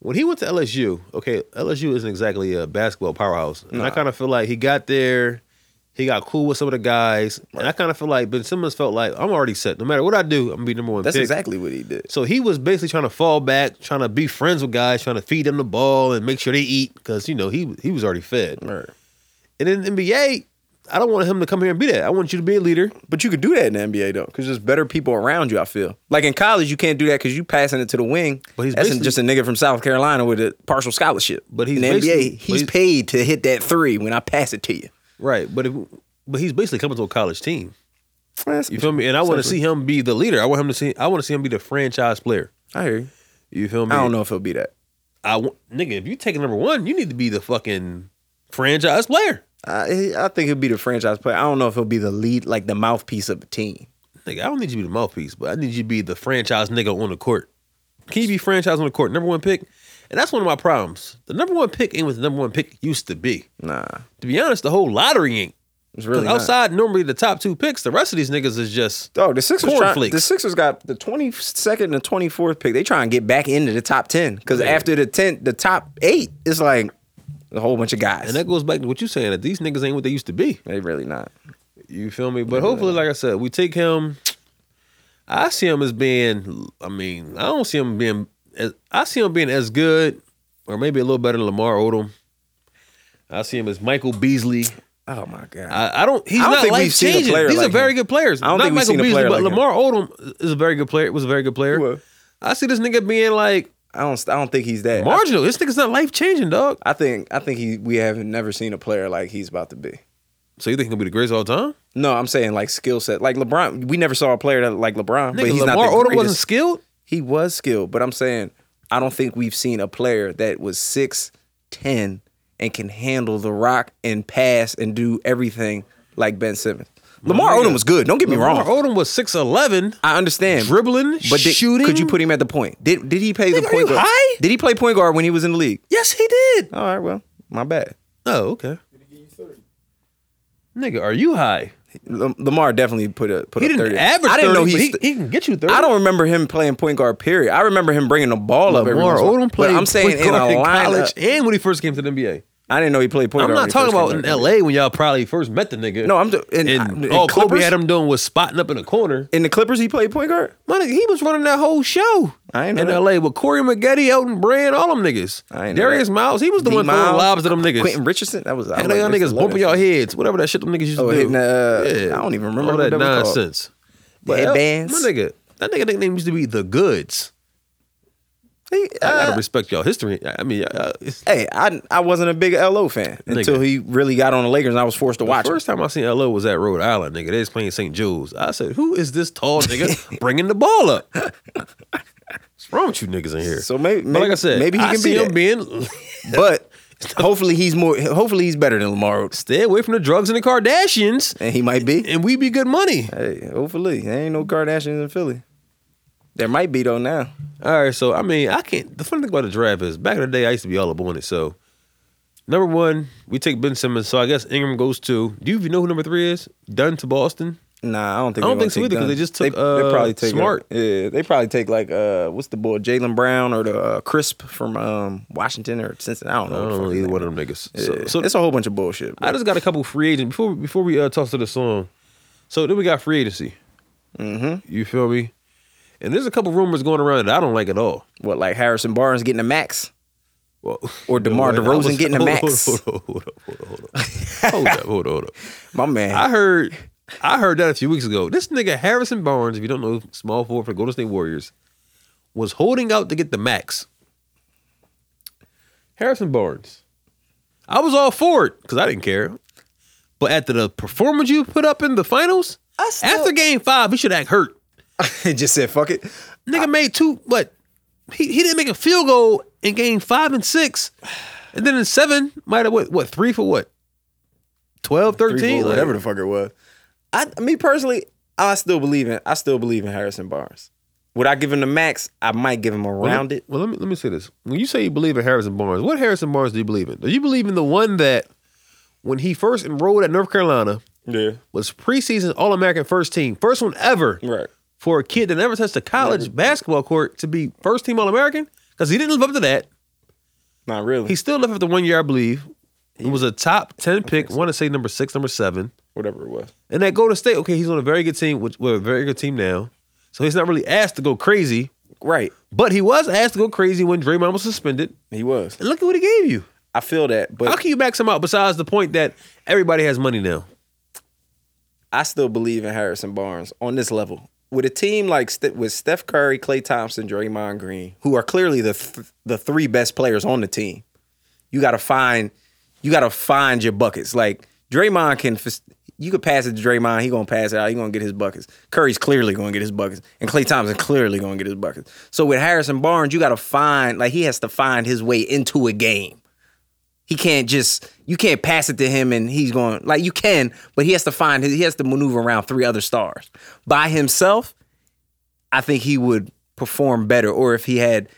when he went to LSU, okay, LSU isn't exactly a basketball powerhouse, and I kind of feel like he got there, he got cool with some of the guys, and I kind of feel like Ben Simmons felt like I'm already set. No matter what I do, I'm gonna be number one.
that's
pick.
exactly what he did
So he was basically trying to fall back, trying to be friends with guys, trying to feed them the ball and make sure they eat because you know he he was already fed.
right.
And in the NBA, I don't want him to come here and be that. I want you to be a leader.
but you could do that in the nba though because there's better people around you i feel like in college you can't do that because you passing it to the wing
But he's
that's
basically-
just a nigga from south carolina with a partial scholarship
But he's
in the
basically-
nba
but
he's
he's-
paid to hit that three when i pass it to you
Right. But if, but he's basically coming to a college team. You feel me? And I want to see him be the leader. I want him to see. I want to see him be the franchise player.
i hear you
You feel me?
I don't know if he'll be that.
I want, nigga, if you take number one, you need to be the fucking franchise player.
I he- I think he'll be the franchise player. I don't know if he'll be the lead, like the mouthpiece of the team.
Nigga, I don't need you to be the mouthpiece, but I need you to be the franchise nigga on the court. Can you be franchise on the court? Number one pick? And that's one of my problems. The number one pick ain't what the number one pick used to be.
Nah,
To be honest, the whole lottery ain't.
it's
'Cause
really outside.
outside normally the top two picks, the rest of these niggas is just
Dog, Oh, the Sixers trying,
Cornflakes.
the Sixers got the twenty second and twenty fourth pick. They try and get back into the top ten because after the ten, the top eight, it's like a whole bunch of guys.
and that goes back to what you saying that these niggas ain't what they used to be.
they really not.
You feel me? But hopefully, like I said, we take him. I see him as being. I mean, I don't see him being. As, I see him being as good, or maybe a little better than Lamar Odom. I see him as Michael Beasley.
Oh my god.
I, I don't. He's
I don't
not
think we've
life
seen a
changing.
player
These
like
are very
him.
good players.
I don't
not
think we've
Michael
seen a
Beasley,
player
but
like him.
Lamar Odom is a very good player. Was a very good player.
He was.
I see this nigga being like
I don't. I don't think he's that.
Marginal. This nigga's not life changing, dog.
I think. I think he. We have never seen a player like he's about to be.
So you think he'll be the greatest all time?
No, I'm saying like skill set. Like LeBron, we never saw a player that like LeBron. but
Nigga,
he's
Lamar
not the
Odom
greatest.
wasn't skilled.
He was skilled, but I'm saying I don't think we've seen a player that was six ten and can handle the rock and pass and do everything like Ben Simmons. Lamar
nigga,
Odom was good. Don't get me
Lamar
wrong.
Odom was six eleven.
I understand
Dribbling,
but did,
shooting.
Could you put him at the point? Did did he play the
Nigga, are
point
you
guard?
high?
Did he play point guard when he was in the league?
Yes, he did.
All right, well, my bad.
Oh, okay.
Did he give you 30?
Nigga, are you high?
Lam- Lamar definitely put a put
He
up
didn't
30.
average.
I didn't
30,
know
but
he.
he,
st-
he can get you thirty.
I don't remember him playing point guard. Period. I remember him bringing the ball up. every
Lamar
once in a while.
Odom played
But I'm saying
point
in a
guard in,
lineup-
college and when he first came to the NBA.
I didn't know he played point
I'm
guard.
not
when he first
talking about
came
in
back.
LA when y'all probably first met the nigga.
No, I'm just in,
and
I- in
all Kobe
Clippers-
had him doing was spotting up in the corner.
in the Clippers. He played point guard. uh,
My nigga, he was running that whole show
I ain't know
in
that.
LA with Corey Maggette, Elton Brand, all them niggas.
I ain't know
Darius
that.
Miles, he was the
D
one throwing
Miles,
lobs at them niggas.
Quentin Richardson. That was I
And
like
y'all
Richardson
niggas bumping
Leonard.
y'all heads, whatever that shit them niggas used
Oh,
to do.
hitting the- I don't even remember
all
what that
that
was called.
nonsense.
The
Yeah,
headbands.
My nigga, that nigga nickname used to be the Goods.
He-
I gotta
uh,
respect y'all history. I mean, uh, it's-
Hey, I I wasn't a big LO fan until he really got on the Lakers, and I was forced to watch.
the
him.
first time I seen LO was at Rhode Island, nigga. They was playing St. Jude's. I said, "Who is this tall nigga bringing the ball up? What's wrong with you niggas in here?"
So may-
but like I
maybe-
said,
maybe he
I
can
see
be
him
that.
being
But hopefully he's more. Hopefully he's better than Lamar, Odom.
stay away from the drugs and the Kardashians,
and he might be.
and we be good money.
Hey, hopefully. There ain't no Kardashians in Philly. There might be though now.
All right, so I mean, I can't. The funny thing about the draft is, back in the day, I used to be all up on it. So, number one, we take Ben Simmons. So I guess Ingram goes to. Do you even know who number three is? Dunn to Boston.
Nah, I don't think
I don't
they're
think so
gonna
either, 'cause
Dunn.
they just took, uh, Smart.
yeah, they probably take like uh, what's the boy Jalen Brown or the uh, Crisp from um, Washington or Cincinnati. I don't know.
I
what the
don't
fuck
know
his
either
name
one of them niggas.
is. Yeah.
So, so
it's a whole bunch of bullshit.
I just got a couple free agents before before we uh, toss to the song. So then we got free agency. Mm-hmm. You feel me? And there's a couple rumors going around that I don't like at all.
what like Harrison Barnes getting a max?
Well,
Or DeMar
I was-
DeRozan getting a
hold on,
max.
Hold on, hold on, hold on, hold on, hold on. hold up, hold on, hold up.
My man.
I heard I heard that a few weeks ago. This nigga Harrison Barnes, if you don't know, small forward for the Golden State Warriors, was holding out to get the max. Harrison Barnes. I was all for it because I didn't care. But after the performance you put up in the finals,
I still-
after game five, he should act hurt.
just said fuck it.
Nigga made two, but he, he didn't make a field goal in game five and six. And then in seven, might have what, what, three for what? 12, 13?
Three, four,
Like,
whatever the fuck it was. I me personally, I still believe in I still believe in Harrison Barnes. Would I give him the max? I might give him a
Well, let-
rounded.
Well, let me let me say this. When you say you believe in Harrison Barnes, what Harrison Barnes do you believe in? Do you believe in the one that when he first enrolled at North Carolina
Yeah.
was preseason All American first team, first one ever
Right.
for a kid that never touched a college basketball court to be first team All American? Because he didn't live up to that.
Not really.
He still lived up to one year, I believe. He was a top ten pick. Want to say number six, number seven.
whatever it was.
And at Golden State, okay, he's on a very good team, which well, a very good team now. So he's not really asked to go crazy,
Right.
but he was asked to go crazy when Draymond was suspended.
He was.
And look at what he gave you.
I feel that, but
How can you max him out besides the point that everybody has money now?
I still believe in Harrison Barnes on this level. With a team like Ste with Steph Curry, Clay Thompson, Draymond Green, who are clearly the th- the three best players on the team, you gotta find you gotta find your buckets. Like Draymond can, f- you could pass it to Draymond, he gonna pass it out, he gonna get his buckets. Curry's clearly gonna get his buckets, and Clay Thompson clearly gonna get his buckets. So with Harrison Barnes, you gotta find like he has to find his way into a game. He can't just you can't pass it to him and he's going like you can, but he has to find his he has to maneuver around three other stars. By himself, I think he would perform better or if he had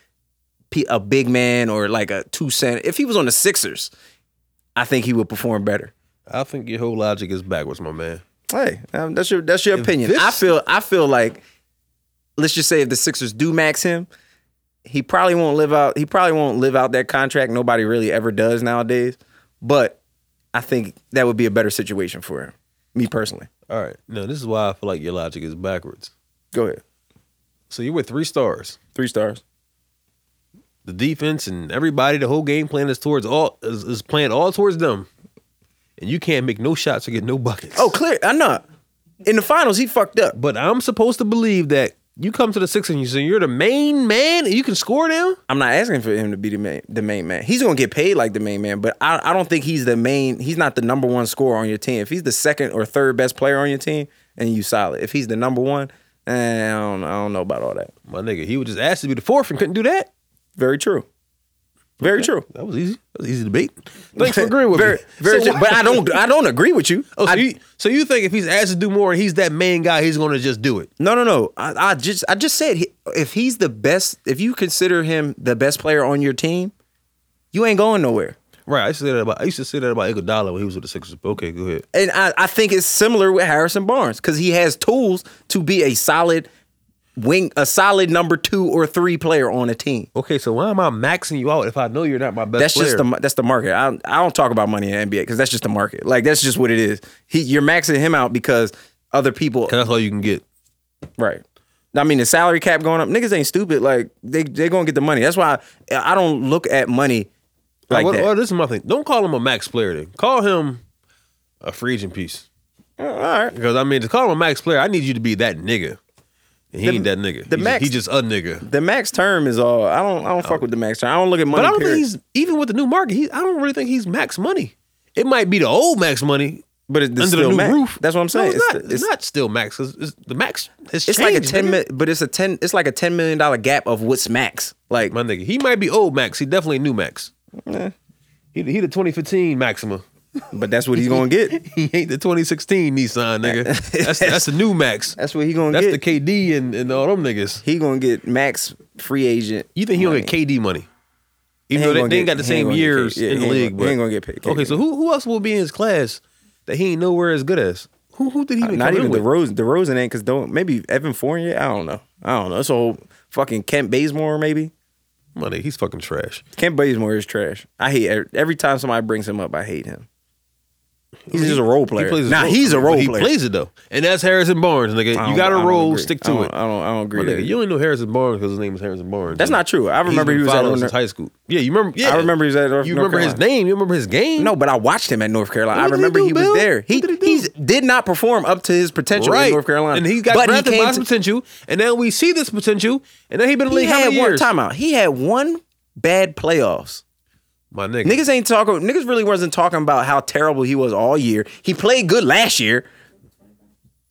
p- a big man or like a two cent if he was on the Sixers, I think he would perform better.
I think your whole logic is backwards, my man.
Hey, um, that's your that's your opinion.
this-
I feel I feel like let's just say if the Sixers do max him, he probably won't live out. He probably won't live out that contract. Nobody really ever does nowadays. But I think that would be a better situation for him. Me personally.
All right. No, this is why I feel like your logic is backwards.
Go ahead.
So you're with three stars.
Three stars.
The defense and everybody, the whole game plan is towards all is, is playing all towards them. And you can't make no shots or get no buckets.
Oh, clear. I'm not. In the finals, he fucked up.
But I'm supposed to believe that You come to the six and you say you're the main man and you can score now?
I'm not asking for him to be the main the main man. He's gonna get paid like the main man, but I, I don't think he's the main. He's not the number one scorer on your team. If he's the second or third best player on your team, and you solid. If he's the number one, eh, I don't I don't know about all that.
My nigga, he would just ask to be the fourth and couldn't do that.
Very true. Very true.
That was easy. That was easy debate. Thanks for agreeing with
very,
me.
Very
So
true.
why-
But I don't I don't agree with you.
Oh, so,
I-
you, so you think if he's asked to do more and he's that main guy, he's gonna just do it?
No, no, no. I, I just I just said he- if he's the best, if you consider him the best player on your team, you ain't going nowhere.
Right. I used to say that about I used to say that about Iguodala when he was with the Sixers. But okay, go ahead.
And I, I think it's similar with Harrison Barnes because he has tools to be a solid wing, a solid number two or three player on a team.
Okay, so why am I maxing you out if I know you're not my best
That's just
player?
the that's the market. I, I don't talk about money in the NBA because that's just the market. Like that's just what it is. He, you're maxing him out because other people,
'Cause that's all you can get.
right? I mean, the salary cap going up. Niggas ain't stupid. Like they they gonna get the money. That's why I, I don't look at money like
Like, what,
that.
well, this is my thing. Don't call him a max player. Then call him a free agent piece.
Uh, All right.
Because I mean, to call him a max player, I need you to be that nigga. And he
The-
ain't that nigga.
the
He's-
max-
he just a nigga.
The max term is all. I don't. I don't fuck with the max term. I don't look at money.
Oh. But I don't
period.
think he's even with the new market. He, I don't really think he's max money. It might be the old max money
But it's, it's
under
still
the new
max.
roof.
That's what I'm saying.
No, it's,
It's-
not, it's,
it's-
not still max. 'cause It's, the max has
It's like a
changed,
ten.
nigga.
Mi- but it's a ten. It's like a ten million dollar gap of what's max. Like eh,
My nigga, he might be old max. He definitely new max. He, he the 2015 Maxima.
but that's what he's gonna get.
He ain't the 2016 Nissan nigga. That's that's the new max.
That's what he gonna
That's
get.
the KD and, and all them niggas.
he gonna get max free agent.
You think he gonna
money.
get KD money? Even
He
though
ain't gonna
they, they ain't
get-
got the
he ain't
same
gonna get
years
K- yeah,
in
he
the
ain't
league,
gonna-
but
he ain't gonna get paid.
Okay, so who who else will be in his class that he ain't nowhere as good as? Who who did he even
Uh, Not
come
even
in with?
DeRozan. DeRozan ain't because don't maybe Evan Fournier. I don't know. I don't know. It's a whole fucking Kent Bazemore maybe.
Money, he's fucking trash.
Kent Bazemore is trash. I hate every, every time somebody brings him up. I hate him. He's just a role player.
He plays his
nah,
role.
he's a
But
role
he
player.
plays it though, and that's Harrison Barnes,
I
nigga. You
don't-
got a
I don't
role,
agree.
stick
I
to
don't-
it.
I don't. I don't agree.
My
with
nigga,
that.
you only knew Harrison Barnes because his name was Harrison
Oh,
Barnes.
That's not true. I
He's
remember
been
he was at
followed
North-
since high school. Yeah, you remember? Yeah,
I remember he was at North-
You
North
remember his
Carolina.
name? You remember his game?
No, but I watched him at North Carolina.
What
I
did he
remember
do,
he, was
Bill?
there. He
What did he
he
do?
did not perform up to his potential in North Carolina.
and he got
but
drafted
he
by
came
his
to-
potential, and now we see this potential, and then he been in the
He
league how
had
many
one
years?
timeout. He had one bad playoffs.
My nigga,
Niggas ain't talking. Niggas really wasn't talking about how terrible he was all year. He played good last year.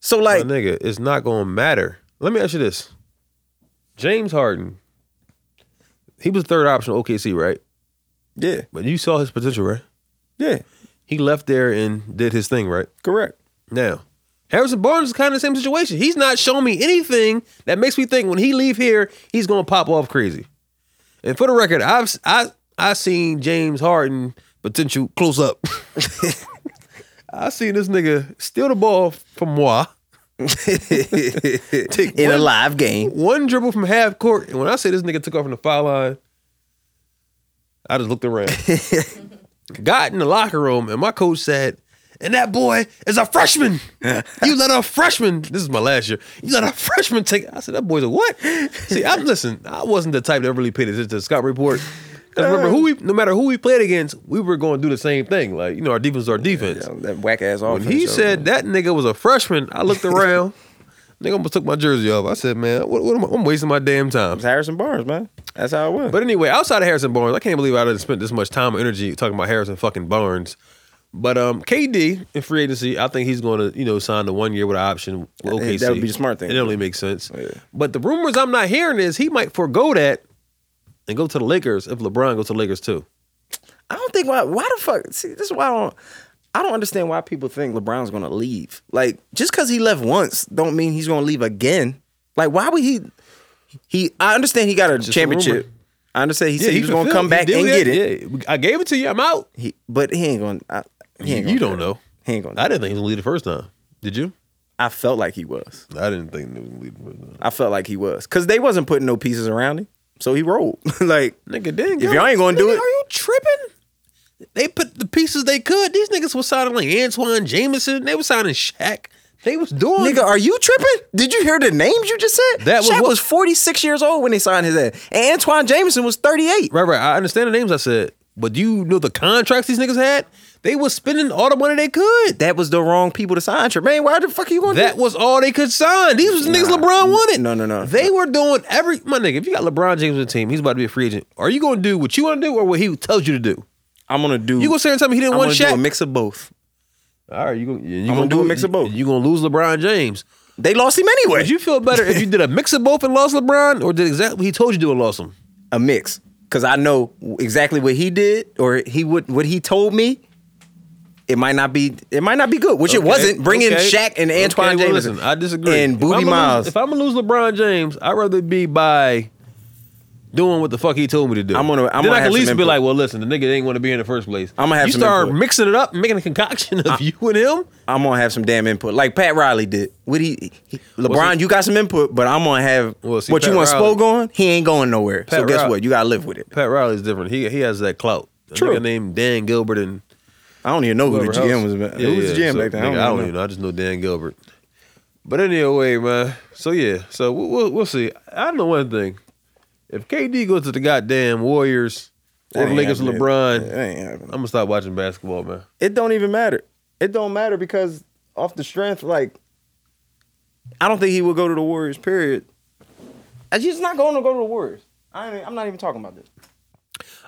So
my
like,
nigga, it's not gonna matter. Let me ask you this: James Harden, he was third option OKC, right?
yeah,
But you saw his potential, right?
yeah,
He left there and did his thing, right?
correct.
Now, Harrison Barnes is kind of the same situation. He's not showing me anything that makes me think when he leave here, he's gonna pop off crazy. And for the record, I've I I seen James Harden potential close up. I seen this nigga steal the ball from moi,
in a live game,
one dribble from half court, and when I say this nigga took off from the foul line, I just looked around. Got in the locker room, and my coach said, "And that boy is a freshman. You let a freshman. This is my last year. You let a freshman take." I said, "That boy's a what?" See, I'm listen. I wasn't the type that really paid attention to the scout report. Because remember, who we, no matter who we played against, we were going to do the same thing. Like you know, our defense, is our defense.
that whack ass offense.
When he
yo.
said that nigga was a freshman, I looked around. nigga almost took my jersey off. I said, man, what, what am I, I'm wasting my damn time.
It's Harrison Barnes, man. That's how it was.
But anyway, outside of Harrison Barnes, I can't believe I didn't spend this much time and energy talking about Harrison fucking Barnes. But um, KD in free agency, I think he's going to you know sign the one year with an option. With
Hey,
OKC.
that would be the smart thing.
It only makes sense.
Yeah.
But the rumors I'm not hearing is he might forego that and go to the Lakers if LeBron goes to the Lakers too.
I don't think why why the fuck see this is why I don't I don't understand why people think LeBron's gonna leave. Like just because he left once don't mean he's gonna leave again. Like why would he he I understand he got a
a
championship.
rumor.
I understand he said he was gonna
fulfilled.
come back
did
and
that.
get it.
Yeah, I gave it to you. I'm out.
He, but he ain't gonna I, he ain't
you
gonna
don't
do
know.
that. He ain't gonna
I
I,
didn't think he was gonna leave the first time. Did you?
I felt like he was.
I didn't think he was gonna leave uh, the first time.
I felt like he was. Cause they wasn't putting no pieces around him. So he rolled. like
Nigga, didn't
If y'all ain't gonna do
Nigga,
it-
are you tripping? They put the pieces they could. These niggas was signing like Antoine Jameson. They was signing Shaq. They was doing.
Nigga, are you tripping? Did you hear the names you just said?
That was
Shaq
what-
was 46 years old when they signed his ass. And Antoine Jameson was 38.
right, right. I understand the names I said, but do you know the contracts these niggas had? They was spending all the money they could.
That was the wrong people to sign Tremaine. Why the fuck are you going to
That was all they could sign. These was the niggas LeBron wanted.
no, no, no.
They were doing every my nigga. If you got LeBron James on the team, he's about to be a free agent. Are you going to do what you want to do or what he tells you to do?
I'm going to do
You gonna sit here and tell me he didn't
I'm
want
gonna do a
Shaq?
mix of both.
all right, you gonna you
gonna do a mix of both.
You gonna lose LeBron James?
They lost him anyway.
Would you feel better if you did a mix of both and lost LeBron, or did exactly what he told you to do and lost him?
a mix because I know exactly what he did or he would what he told me. It might not be. It might not be good, which it
Okay,
wasn't. Bringing
okay.
Shaq and Antoine
Okay, well,
Jameson.
listen, I disagree.
And
If
Booty
I'ma lose-
Miles.
if I'm gonna lose LeBron James, I'd rather be by doing what the fuck he told me to do.
I'm gonna- I'm
then
gonna
I can
have
at
some
least be
input.
like, well, listen, the nigga didn't want to be in the first place.
I'ma have
you
some
start
input.
mixing it up, making a concoction of you and him.
I'm gonna have some damn input, like Pat Riley did. What he, he- LeBron,
see-
you got some input, but I'm gonna have
Well, see,
what you
Pat
want
Riley-
spoke on. He ain't going nowhere. so
Pat
guess
Riley-
what? You gotta live with it.
Pat Riley's different. He he has that clout. A
True.
nigga named Dan Gilbert and
I don't even know who the
whoever
GM
else.
was. Man.
Yeah,
who was the
yeah.
GM
So,
back then?
nigga,
I don't,
even
know.
know. I just know Dan Gilbert. But anyway, man. So yeah. So we'll, we'll, we'll see. I know one thing. If KD goes to the goddamn Warriors
That
or the
ain't
Lakers,
happening.
LeBron,
It ain't happening.
I'm gonna stop watching basketball, man.
it don't even matter. It don't matter because off the strength, like I don't think he will go to the Warriors. Period. And He's not going to go to the Warriors. I ain't, I'm not even talking about this.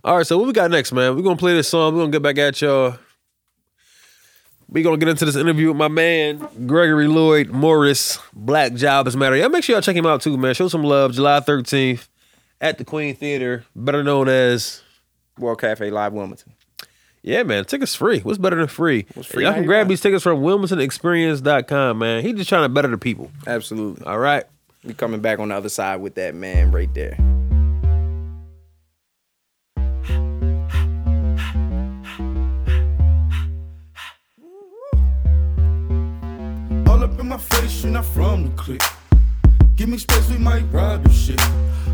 All right. So what we got next, man? We're gonna play this song. We're gonna get back at y'all. We're gonna get into this interview with my man Gregory Lloyd Morris, Black Jobs Matter. Y'all make sure y'all check him out too, man. Show some love. July 13th at the Queen Theater, better known as
World Cafe Live Wilmington.
Yeah, man. Tickets free. What's better than free?
What's free
Y'all can
95?
grab these tickets from WilmingtonExperience.com, man. He just trying to better the people.
Absolutely.
All right.
We coming back on the other side with that man right there.
All up in my face, you're not from the clique. Give me space, we might rob your shit.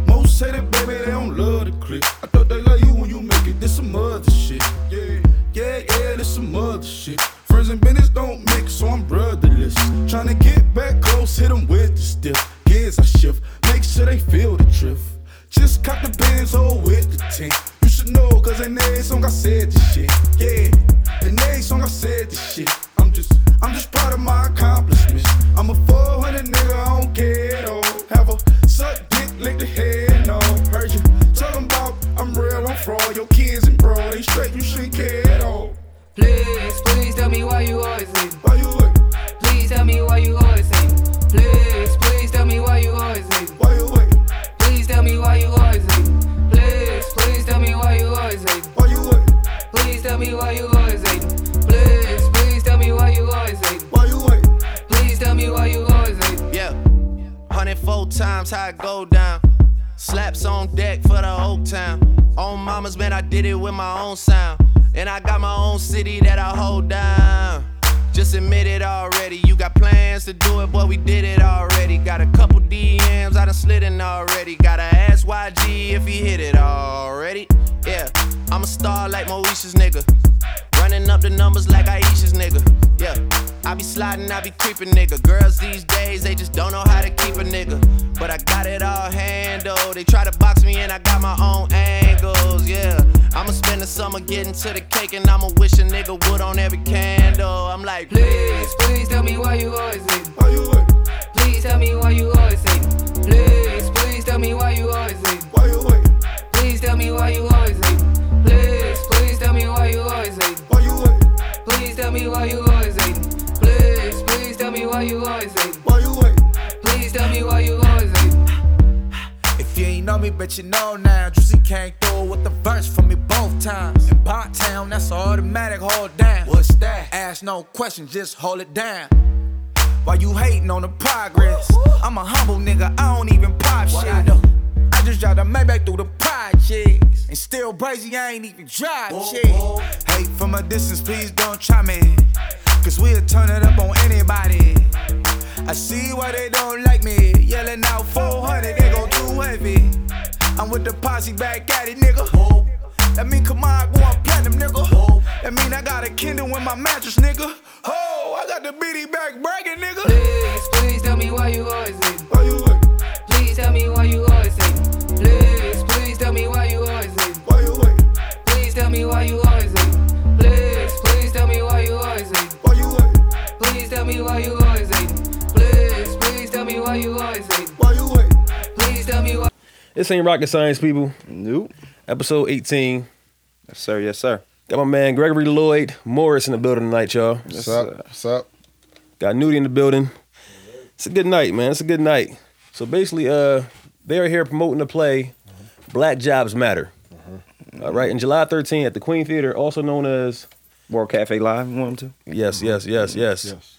Most say that, baby, they don't love the clique. I thought they love you when you make it. This some other shit. Yeah, yeah, yeah, this some other shit. Friends and business don't mix, so I'm brotherless. Tryna get back close, hit 'em with the stiff. Gears I shift, make sure they feel the drift. Just cop the Benz, hold with the tint. You should know, cause in every song I said this shit. Yeah, in every song I said this shit. I'm just, I'm just proud of my accomplishments. I'm a 400 nigga, I don't care at all. Have a suck dick, lick the head, no. Heard you talking about I'm real, I'm fraud. Your kids and bro, they straight, you shouldn't care at all.
Please, please tell me why you always leave.
Why you wait?
Please tell me why you always leave. Please, please tell me why you always leave.
Why you wait?
Please tell me why you always leave. Please, please tell me why you always leave.
Why you wait?
Please tell me why you always leave. Please, please tell me why you always leave.
Why you wait?
Please tell me why you always leave.
Yeah. 104 times how I go down. Slaps on deck for the Oak Town. On mama's man, I did it with my own sound. And I got my own city that I hold down. Just admit it already. You got plans to do it, but we did it already. Got a couple DMs I done slid in already. Gotta ask YG if he hit it already. Yeah, I'm a star like Moesha's nigga. Running up the numbers like Aisha's nigga. Yeah, I be sliding, I be creeping nigga. Girls these days, they just don't know how to keep a nigga. But I got it all handled. They try to box me in, I got my own angles. Yeah, I'ma spend the summer getting to the cake and I'ma wish a nigga would on every candle. I'm like,
Please, please tell me why you always leave.
Why you wait?
Please tell me why you always leave. Please, please tell me why you always leave.
Why you wait?
Please tell me why you always leave. Please, please tell me why you always leave.
Why you wait?
Please tell me why you always hating. Please, please tell me why you always hating.
Why you wait?
Please tell me why you always hating.
If you ain't know me, bet you know now. Juicy came through with the verse for me both times. In Pot Town, that's a automatic hold down. What's that? Ask no questions, just hold it down. Why you hating on the progress? I'm a humble nigga, I don't even pop shit. I, just drive the Maybach through the projects. And still brazy, I ain't even drive shit. Hate from a distance, please don't try me. Cause we'll turn it up on anybody. I see why they don't like me. Yelling out 400, they gon' do heavy. I'm with the posse back at it, nigga. That mean come on, going platinum, nigga. That mean I got a Kindle in my mattress, nigga. Oh, I got the BD back bragging, nigga.
Please, please tell me why you always hating.
Why you wait?
Please tell me why you always hating. Please, please tell me why you always hating.
Why you wait?
Please tell me why you always hating. Please, please tell why you always hate? Why you hate? Please tell me why.
This ain't rocket science, people. Nope. Episode 18. Yes, sir. Yes, sir. Got my man Gregory Lloyd Morris in the building tonight, y'all.
What's up? What's up?
Got Nudie in the building. It's a good night, man. It's a good night. So basically, uh, they are here promoting the play Black Jobs Matter. All right, in July 13 at the Queen Theater, also known as World Cafe Live. One, two. Yes, yes, yes,
Mm-hmm.
yes.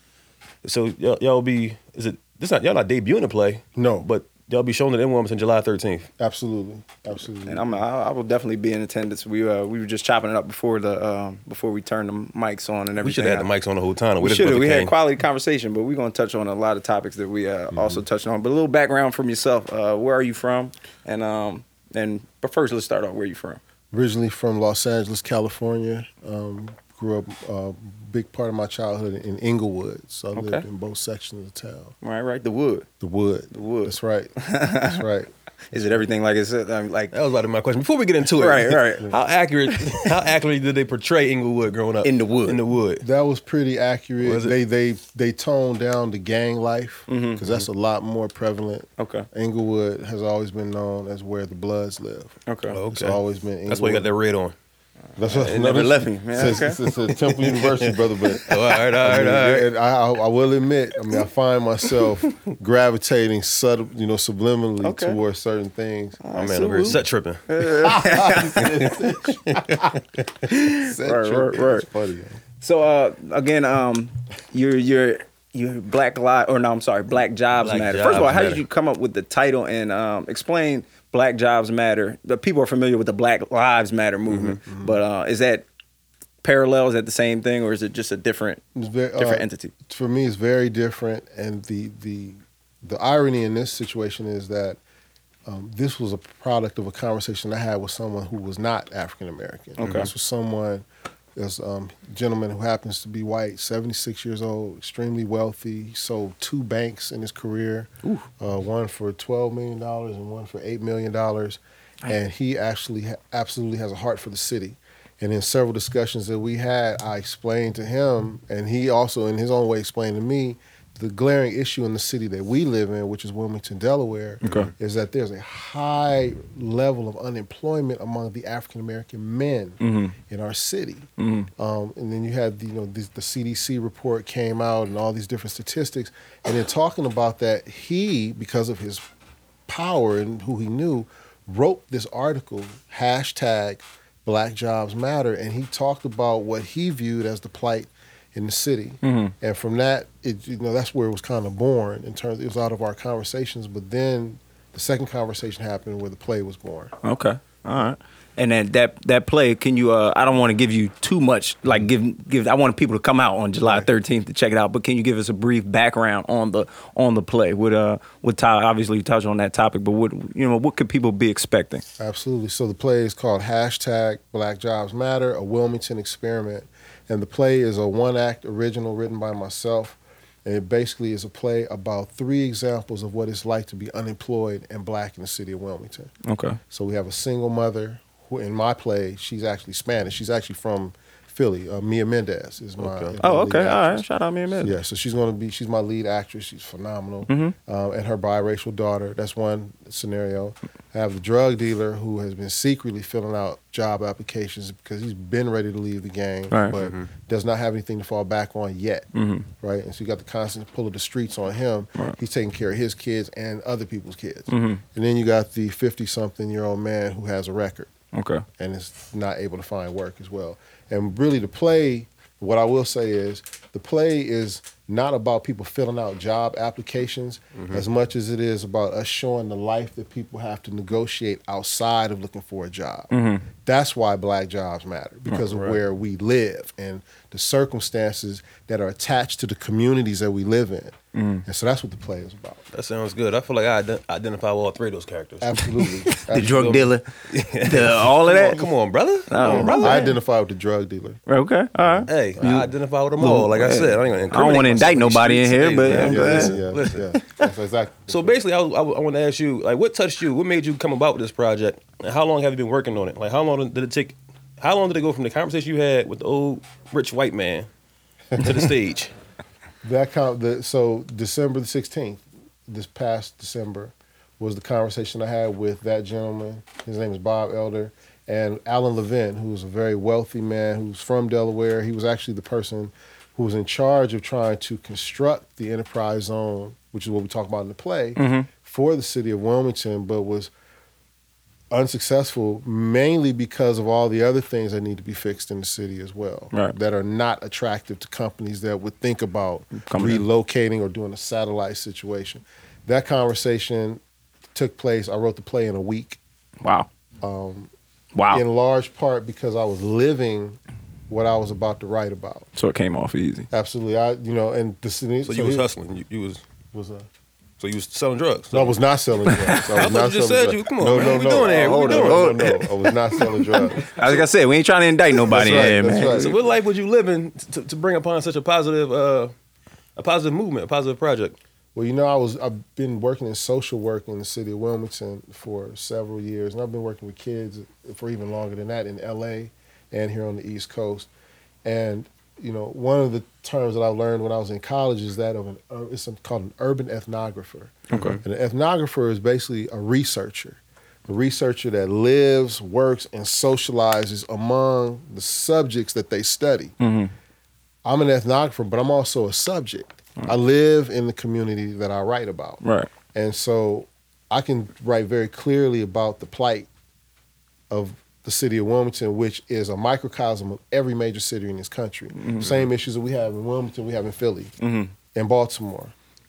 So y'all, y'all be is it this not y'all not debuting the play? No, but y'all be showing it in Wilmington July 13th.
Absolutely, absolutely.
And I'm, I, I will definitely be in attendance. We uh, we were just chopping it up before the um, before we turned the mics on and everything.
We should have had the mics on the whole time.
We
just
should have.
would've
We
came. Mm-hmm.
had quality conversation, but we're gonna touch on a lot of topics that we uh, also touched on. But a little background from yourself. Uh, where are you from? And um and but first let's start off. Where you from?
Originally from Los Angeles, California. Um, grew up a uh, big part of my childhood in Inglewood, so I lived
Okay.
in both sections of town.
Right, right. The wood.
The wood. The
wood.
That's right. That's right.
Is it everything like it's um, like
that was about to be my question. Before we get into it,
Right, right.
How accurate? how accurately did they portray Inglewood growing up?
In
the wood.
In the wood.
That was pretty accurate.
Was it?
they they they toned down the gang life because
Mhm.
that's a lot more prevalent.
Okay.
Inglewood has always been known as where the Bloods live.
Okay.
It's always been. Inglewood.
That's why you got that red on.
That's
It never
that's-
left me, man.
Since,
Okay.
since the Temple University, brother. But
Oh, all right, all
I mean,
right, all right.
and I, I, I will admit, I mean, I find myself gravitating subtle, you know, subliminally
Okay.
towards certain things.
My man over here set tripping.
Right, right, right.
So uh, again, um, you're you're you're black lot or no, I'm sorry, Black Jobs
Black
Matter. First of all,
Jobs
how did
Matter.
you come up with the title and um, explain Black Jobs Matter? The people are familiar with the Black Lives Matter
Mm-hmm,
movement, but uh, is that parallel? Is that the same thing, or is it just a different
It's ve-
different
uh,
entity?
For me, it's very different, and the the the irony in this situation is that um, this was a product of a conversation I had with someone who was not African American.
Okay.
This was someone, this um, gentleman who happens to be white, seventy six years old, extremely wealthy. He sold two banks in his career, uh, one for twelve million dollars and one for eight million dollars, and he actually ha- absolutely has a heart for the city. And in several discussions that we had, I explained to him, and he also, in his own way, explained to me the glaring issue in the city that we live in, which is Wilmington, Delaware,
Okay.
is that there's a high level of unemployment among the African American men
Mhm.
in our city.
mm-hmm.
Um, and then you had the, you know this, the CDC report came out and all these different statistics. And in talking about that, he because of his power and who he knew wrote this article hashtag Black Jobs Matter, and he talked about what he viewed as the plight in the city.
Mhm.
And from that, it you know that's where it was kind of born in terms. It was out of our conversations, but then the second conversation happened where the play was born.
Okay. All right. And then that that play, can you? Uh, I don't want to give you too much. Like give give. I want people to come out on July thirteenth to check it out. But can you give us a brief background on the on the play? Would uh would Tyler obviously you touched on that topic, but what you know what could people be expecting?
Absolutely. So the play is called hashtag Black Jobs Matter, a Wilmington experiment. And the play is a one act original written by myself. And it basically is a play about three examples of what it's like to be unemployed and black in the city of Wilmington.
Okay.
So we have a single mother who, in my play, she's actually Spanish. She's actually from Philly. Uh, Mia Mendez is my.
Okay.
is my
Oh,
lead
okay. All right.
actress.
Shout out Mia Mendez.
Yeah, so she's going to be, she's my lead actress. She's phenomenal.
Mhm.
Um, and her biracial daughter. That's one scenario. I have a drug dealer who has been secretly filling out job applications because he's been ready to leave the game,
Right.
but
Mhm.
does not have anything to fall back on yet.
Mhm.
Right? And so you got the constant pull of the streets on him. He's taking care of his kids and other people's kids.
Mhm.
And then you got the 50 something year old man who has a record
Okay.
and is not able to find work as well. And really, the play, what I will say is, the play is not about people filling out job applications
Mm-hmm.
as much as it is about us showing the life that people have to negotiate outside of looking for a job.
Mhm.
That's why black jobs matter because of where we live and the circumstances that are attached to the communities that we live in.
Mm.
Mhm.
And so that's what the play is about.
That sounds good. I feel like I ident- identify with all three of those characters.
Absolutely.
The drug dealer, the-
all of
Come on-
that?
come on, brother. Come on, brother.
I identify with the drug dealer.
Okay. All right.
Hey, I identify with them all. Like I
Hey.
said,
I
I, ain't gonna
don't
incriminate
wanna indict
myself
nobody in
these
here,
streets
but-
today, man.
Yeah, yeah,
listen,
yeah,
listen.
exactly.
So basically, I, was- I, was- I want to ask you, like, what touched you? What made you come about with this project? And how long have you been working on it? Like, how long did it take? How long did it go from the conversation you had with the old rich white man to the stage?
That count. The, so December the sixteenth this past December was the conversation I had with that gentleman. His name is Bob Elder and Alan Levin, who was a very wealthy man who's from Delaware. He was actually the person who was in charge of trying to construct the enterprise zone, which is what we talk about in the play,
Mhm.
for the city of Wilmington, but was unsuccessful mainly because of all the other things that need to be fixed in the city as well
Right.
that are not attractive to companies that would think about
Coming in.
relocating or doing a satellite situation. That conversation took place. I wrote the play in a week.
Wow.
Um,
Wow.
In large part because I was living what I was about to write about.
So it came off easy.
Absolutely. I, you know, and the city.
So you was hustling. You, you was.
What's that?
So you was selling drugs.
No, I was not selling drugs. I
I
was
thought
not
you
selling
just said
drugs.
you. Come on,
no,
man.
no,
what
no.
we doing here? What
Hold
we
on, hold
doing?
on. No, I was not selling drugs.
I was gonna say we ain't trying to indict nobody
That's right,
in here,
that's
man.
right.
So what life would you live in to, to bring upon such a positive, uh, a positive movement, a positive project?
Well, you know, I was I've been working in social work in the city of Wilmington for several years, and I've been working with kids for even longer than that in L.A. and here on the East Coast. And you know, one of the terms that I learned when I was in college is that of an uh, it's called an urban ethnographer.
Okay.
And an ethnographer is basically a researcher, a researcher that lives, works, and socializes among the subjects that they study.
Mm-hmm.
I'm an ethnographer, but I'm also a subject. I live in the community that I write about.
Right.
And so I can write very clearly about the plight of the city of Wilmington, which is a microcosm of every major city in this country.
Mhm.
Same issues that we have in Wilmington, we have in Philly,
Mm-hmm.
in Baltimore,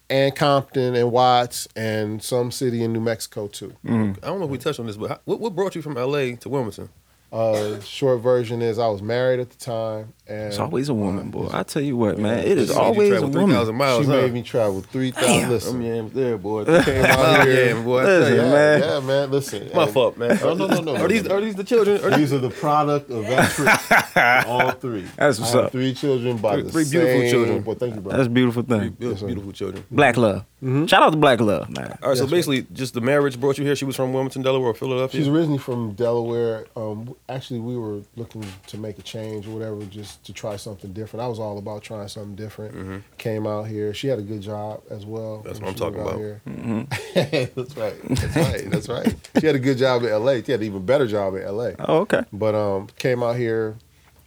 and Compton, and Watts, and some city in New Mexico, too.
I
Mm-hmm.
don't know if we touched on this, but how, what, what brought you from L.A. to Wilmington?
Uh, short version is I was married at the time, and
It's always a woman, boy. I tell you what, man.
Yeah.
It is
She made you
always a
travel
woman.
3,000 miles,
she
huh?
made me travel three thousand. Listen,
I'm yams there, boy.
Came out here.
Yeah, boy. I tell
Listen,
you.
man. Yeah, man. Listen,
My
and- Oh,
fault, man.
No, no, no, no.
Are these- are these the children? Are
these are the product of that trip. All three.
That's what's
I have
up.
Three children by
Three-
the
three beautiful
same-
children.
Boy, thank you, brother.
That's a beautiful
Be-
thing.
be- Beautiful children.
Black love. Shout out to Black Love, man.
All right, so basically, just the marriage brought you here. She was from Wilmington, Delaware, or Philadelphia.
She's originally from Delaware. Um, actually, we were looking to make a change or whatever, just to try something different. I was all about trying something different. Came out here. She had a good job as well.
Mm-hmm. That's
when
what
she
I'm
moved
talking
out
about.
here.
Mm-hmm.
that's right. That's right. That's right. She had a good job in L.A. She had an even better job in L.A.
Oh, okay.
But um, came out here,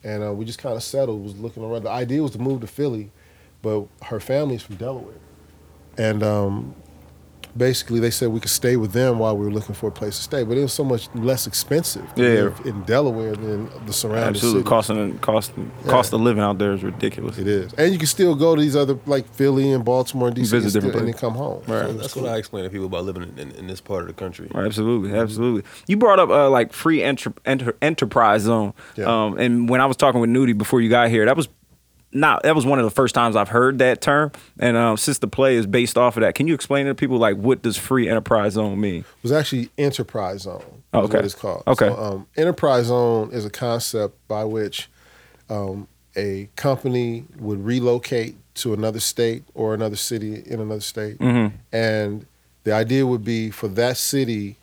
and uh, we just kind of settled. Was looking around. The idea was to move to Philly, but her family's from Delaware, and um, basically they said we could stay with them while we were looking for a place to stay. But it was so much less expensive to
Yeah.
live in Delaware than the surrounding
Absolutely.
cities.
Costing costing cost of living out there is ridiculous. It
is. And you can still go to these other like Philly and Baltimore, and DC,
Visit
and, still,
different
and then
places.
come home.
Right.
That's what I explain to people about living in, in, in this part of the country.
Absolutely, absolutely. You brought up uh, like free enter- enter- enterprise zone, um, and when I was talking with Nudie before you got here, that was not that was one of the first times I've heard that term. And um, since the play is based off of that, can you explain to people like what does free enterprise zone mean?
It was actually Enterprise Zone. is
Oh, okay.
what it's called.
Okay.
So, um, Enterprise Zone is a concept by which um, a company would relocate to another state or another city in another state,
Mhm.
and the idea would be for that city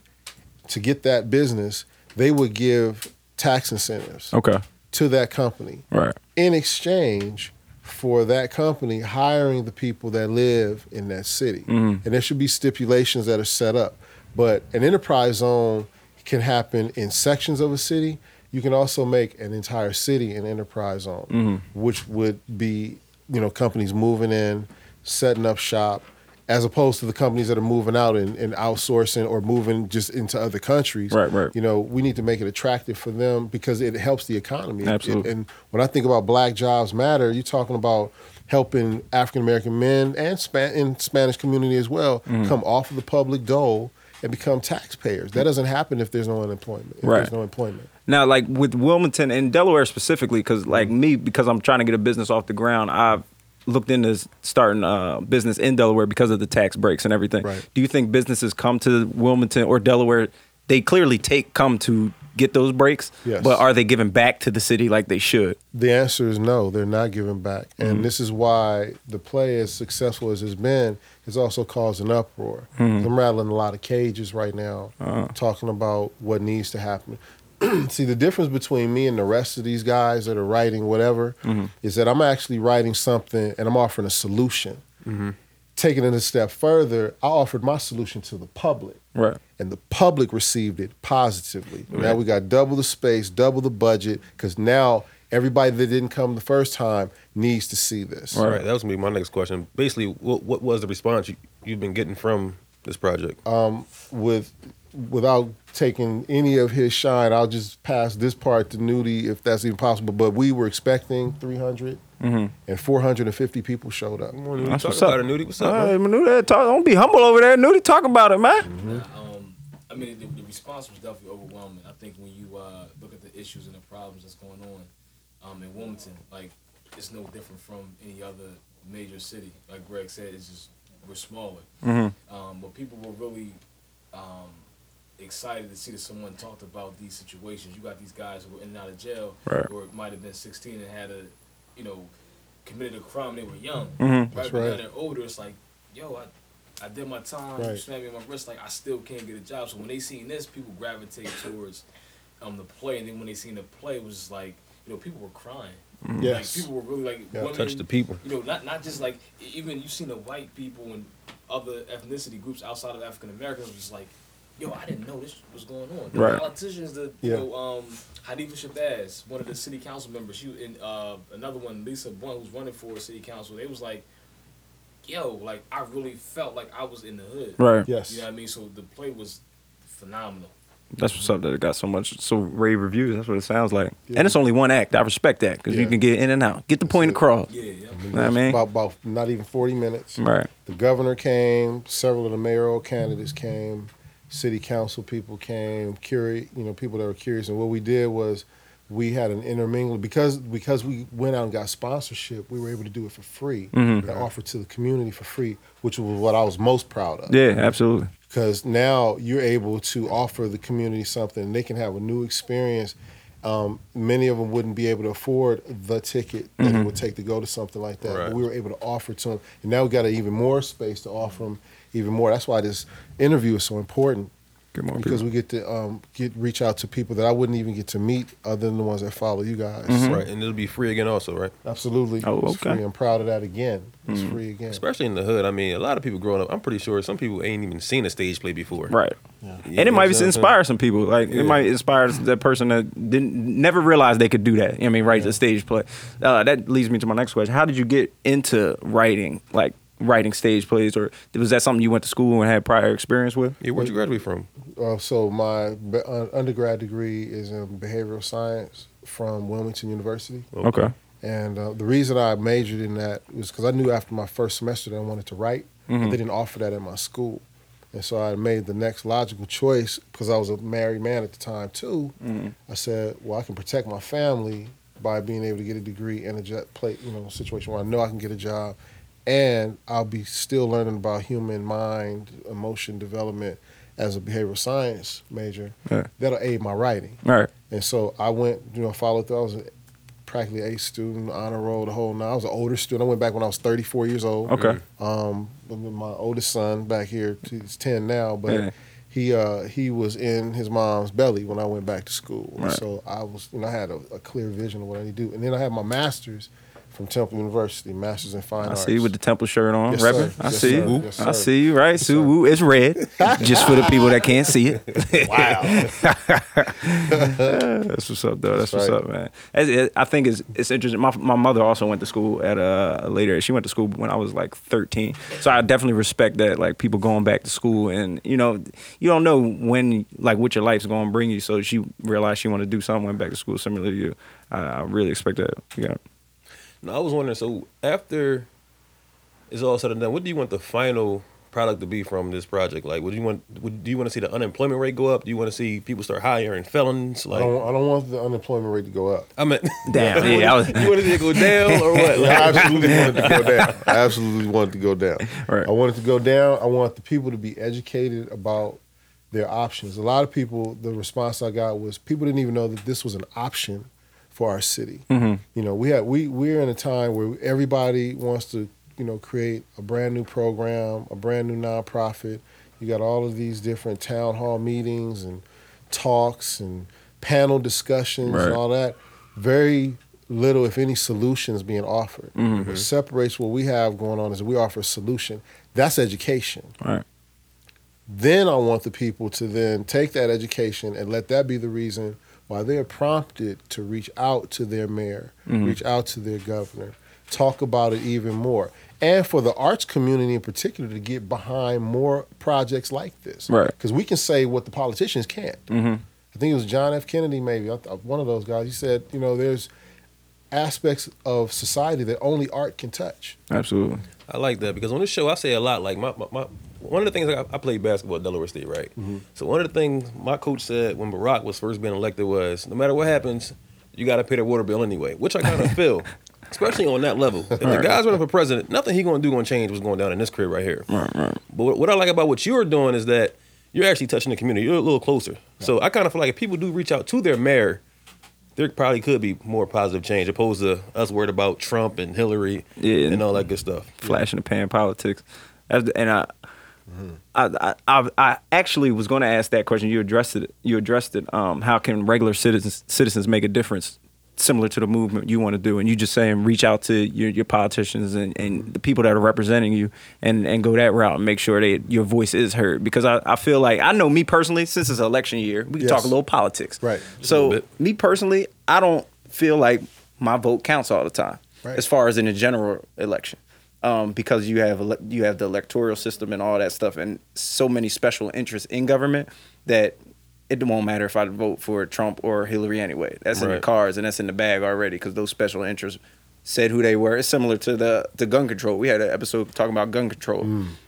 to get that business, they would give tax incentives
Okay,
to that company
right.
in exchange for that company hiring the people that live in that city.
Mhm.
And there should be stipulations that are set up. But an enterprise zone can happen in sections of a city. You can also make an entire city an enterprise zone,
Mm-hmm.
Mhm.
which would be, you know, companies moving in, setting up shop, as opposed to the companies that are moving out and, and outsourcing or moving just into other countries.
Right, right.
You know, we need to make it attractive for them because it helps the economy. It- it-
Absolutely.
and when I think about Black Jobs Matter, you're talking about helping African American men and Span- in Spanish community as well
Mhm.
come off of the public dole and become taxpayers. That doesn't happen if there's no unemployment. If
Right.
There's no employment.
Now, like with Wilmington and Delaware specifically, because like me, because I'm trying to get a business off the ground, I've looked into s- starting a business in Delaware because of the tax breaks and everything.
Right.
Do you think businesses come to Wilmington or Delaware? They clearly take come to get those breaks,
Yes.
but are they giving back to the city like they should?
The answer is no, they're not giving back.
Mhm.
And this is why the play, as successful as it's been, has also caused an uproar.
Mhm.
I'm rattling a lot of cages right now, talking about what needs to happen. See, the difference between me and the rest of these guys that are writing whatever
Mhm.
Mm-hmm.
is that I'm actually writing something and I'm offering a solution. taking it a step further, I offered my solution to the public.
Right.
And the public received it positively. Now
Right.
we got double the space, double the budget, because now everybody that didn't come the first time needs to see this.
All right, that was gonna be my next question. Basically, what what was the response you, you've been getting from this project?
um, with without taking any of his shine. I'll just pass this part to Nudie if that's even possible. But we were expecting 300,
Mm-hmm.
and 450 people showed up.
Nudie, That's talk what's about up. it, Nudie. What's up,
All
man?
right, Nudie, talk, don't be humble over there. Nudie, talk about it, man.
I mean, the, the response was definitely overwhelming. I think when you uh, look at the issues and the problems that's going on um, in Wilmington, like it's no different from any other major city. Like Greg said, it's just we're smaller.
Mhm.
Um, but people were really um, excited to see that someone talked about these situations. You got these guys who were in and out of jail,
Right.
or might have been 16 and had a, you know, committed a crime. They were young,
Mhm.
right?
That's
But now
right.
they're older. It's like, yo, I I did my time,
Right.
you smacked me in my wrist, like I still can't get a job. So when they seen this, people gravitate towards um the play, and then when they seen the play, it was just like you know people were crying.
Mhm.
Like,
Yes.
people were really like
Yeah.
women-
Touch the people.
You know, not not just like e- even you seen the white people and other ethnicity groups outside of African Americans was just like. Yo, I didn't know this was going on. The
Right.
politicians, the
Yeah.
you know, um, Hanifa Shabazz, one of the city council members, she and uh, another one, Lisa Blunt, who's running for city council. They was like, yo, like I really felt like I was in the hood.
Right. Yes.
You know what I mean? So the play was phenomenal.
That's what's up. That it got so much so rave reviews. That's what it sounds like. And it's only one act. I respect that because you can get in and out, get the point across.
I mean,
Know what I mean,
about, about not even 40 minutes.
Right.
The governor came, several of the mayoral candidates came, city council people came, curi you know, people that were curious. And what we did was we had an intermingling because because we went out and got sponsorship, we were able to do it for free
Mhm.
and offer to the community for free, which was what I was most proud of.
yeah, absolutely.
because now you're able to offer the community something and they can have a new experience um, many of them wouldn't be able to afford the ticket that it
Mm-hmm.
Mhm.
would take to go to something like that
Right.
but we were able to offer to them and now we got even more space to offer them even more that's why this interview is so important because we get to um, get reach out to people that I wouldn't even get to meet other than the ones that follow you guys.
Mm-hmm.
Right, and it'll be free again, also, right?
Absolutely.
Mm-hmm. Oh,
It's
okay.
free. I'm proud of that again. It's
Mm-hmm.
free again.
Especially in the hood. I mean, a lot of people growing up, I'm pretty sure some people ain't even seen a stage play before.
Right.
Yeah.
and it might just inspire some people. Like
Yeah.
it might inspire that person that didn't never realized they could do that. I mean, write the stage play. Uh, that leads me to my next question: How did you get into writing? Like writing stage plays, or was that something you went to school and had prior experience with?
Yeah, where'd you graduate from?
Uh, so my be- uh, undergrad degree is in behavioral science from Wilmington University.
Okay.
And uh, the reason I majored in that was because I knew after my first semester that I wanted to write, but
Mhm.
they didn't offer that at my school. And so I made the next logical choice because I was a married man at the time too. I said, well, I can protect my family by being able to get a degree in a job, play, you know, situation where I know I can get a job, and I'll be still learning about human mind, emotion development as a behavioral science major.
Yeah.
That'll aid my writing.
All right.
And so I went, you know, followed through. I was a, practically A student, honor roll, the whole nine. I was an older student. I went back when I was 34 years old.
Okay.
Um, but my oldest son back here, he's 10 now, but
Yeah.
he uh, he was in his mom's belly when I went back to school.
Right.
So I was, you know, I had a, a clear vision of what I need to do. And then I had my master's from Temple University, master's in fine
I
arts.
see you with the temple shirt on,
Yes,
repping.
sir.
I
Yes,
see
sir.
you.
Yes,
I
sir.
see you, right? Sue Woo, it's red. just for the people that can't see it.
Wow.
That's what's up, though. That's,
That's
what's
right.
up, man. As- as- I think it's it's interesting. My my mother also went to school at a later. She went to school when I was like thirteen. So I definitely respect that, like people going back to school, and you know, you don't know when like what your life's going to bring you. So she realized she wanted to do something, went back to school similar to you. I, I really expect that. Yeah.
No, I was wondering. So after it's all said and done, what do you want the final product to be from this project? Like, would you want? Would, do you want to see the unemployment rate go up? Do you want to see people start hiring felons?
I
Like,
don't, I don't want the unemployment rate to go up.
I mean,
Damn,
you
yeah, I
want
was-
it- you want it to go down or what?
Yeah, I absolutely want it to go down. I absolutely want it to go down. I want it to go down. I want the people to be educated about their options. A lot of people, the response I got was people didn't even know that this was an option for our city.
Mhm.
You know, we had we we're in a time where everybody wants to, you know, create a brand new program, a brand new nonprofit. You got all of these different town hall meetings and talks and panel discussions
Right.
and all that. Very little, if any, solutions being offered.
Mhm.
What separates what we have going on is we offer a solution. That's education.
Right.
Then I want the people to then take that education and let that be the reason why they're prompted to reach out to their mayor,
Mhm.
reach out to their governor, talk about it even more. And for the arts community in particular to get behind more projects like this.
Right.
Because we can say what the politicians can't.
Mm-hmm.
I think it was John F. Kennedy, maybe I th- one of those guys. He said, you know, there's aspects of society that only art can touch.
Absolutely.
I like that because on this show I say a lot. Like my, my, my one of the things like I, I played basketball at Delaware State, right?
Mm-hmm.
So one of the things my coach said when Barack was first being elected was, no matter what happens, you got to pay their water bill anyway, which I kind of feel, especially on that level. If the
Right.
guy's running for president, nothing he gonna do gonna change what's going down in this crib right here.
Right, right.
But what- what I like about what you're doing is that you're actually touching the community. You're a little closer. So I kind of feel like if people do reach out to their mayor, there probably could be more positive change opposed to us worried about Trump and Hillary and all that good stuff.
flash in the pan politics. As- And I, I, I, I, I actually was going to ask that question. You addressed it. You addressed it. Um, how can regular citizens citizens make a difference? Similar to the movement you want to do, and you just saying reach out to your, your politicians and, and the people that are representing you, and, and go that route and make sure that your voice is heard. Because I, I feel like I know me personally, since it's election year, we can talk
Yes.
a little politics.
Right.
So me personally, I don't feel like my vote counts all the time,
Right.
as far as in a general election, um, because you have ele- you have the electoral system and all that stuff, and so many special interests in government that it won't matter if I vote for Trump or Hillary anyway. That's in the
Right.
cards and that's in the bag already because those special interests said who they were. It's similar to the the gun control. We had an episode talking about gun control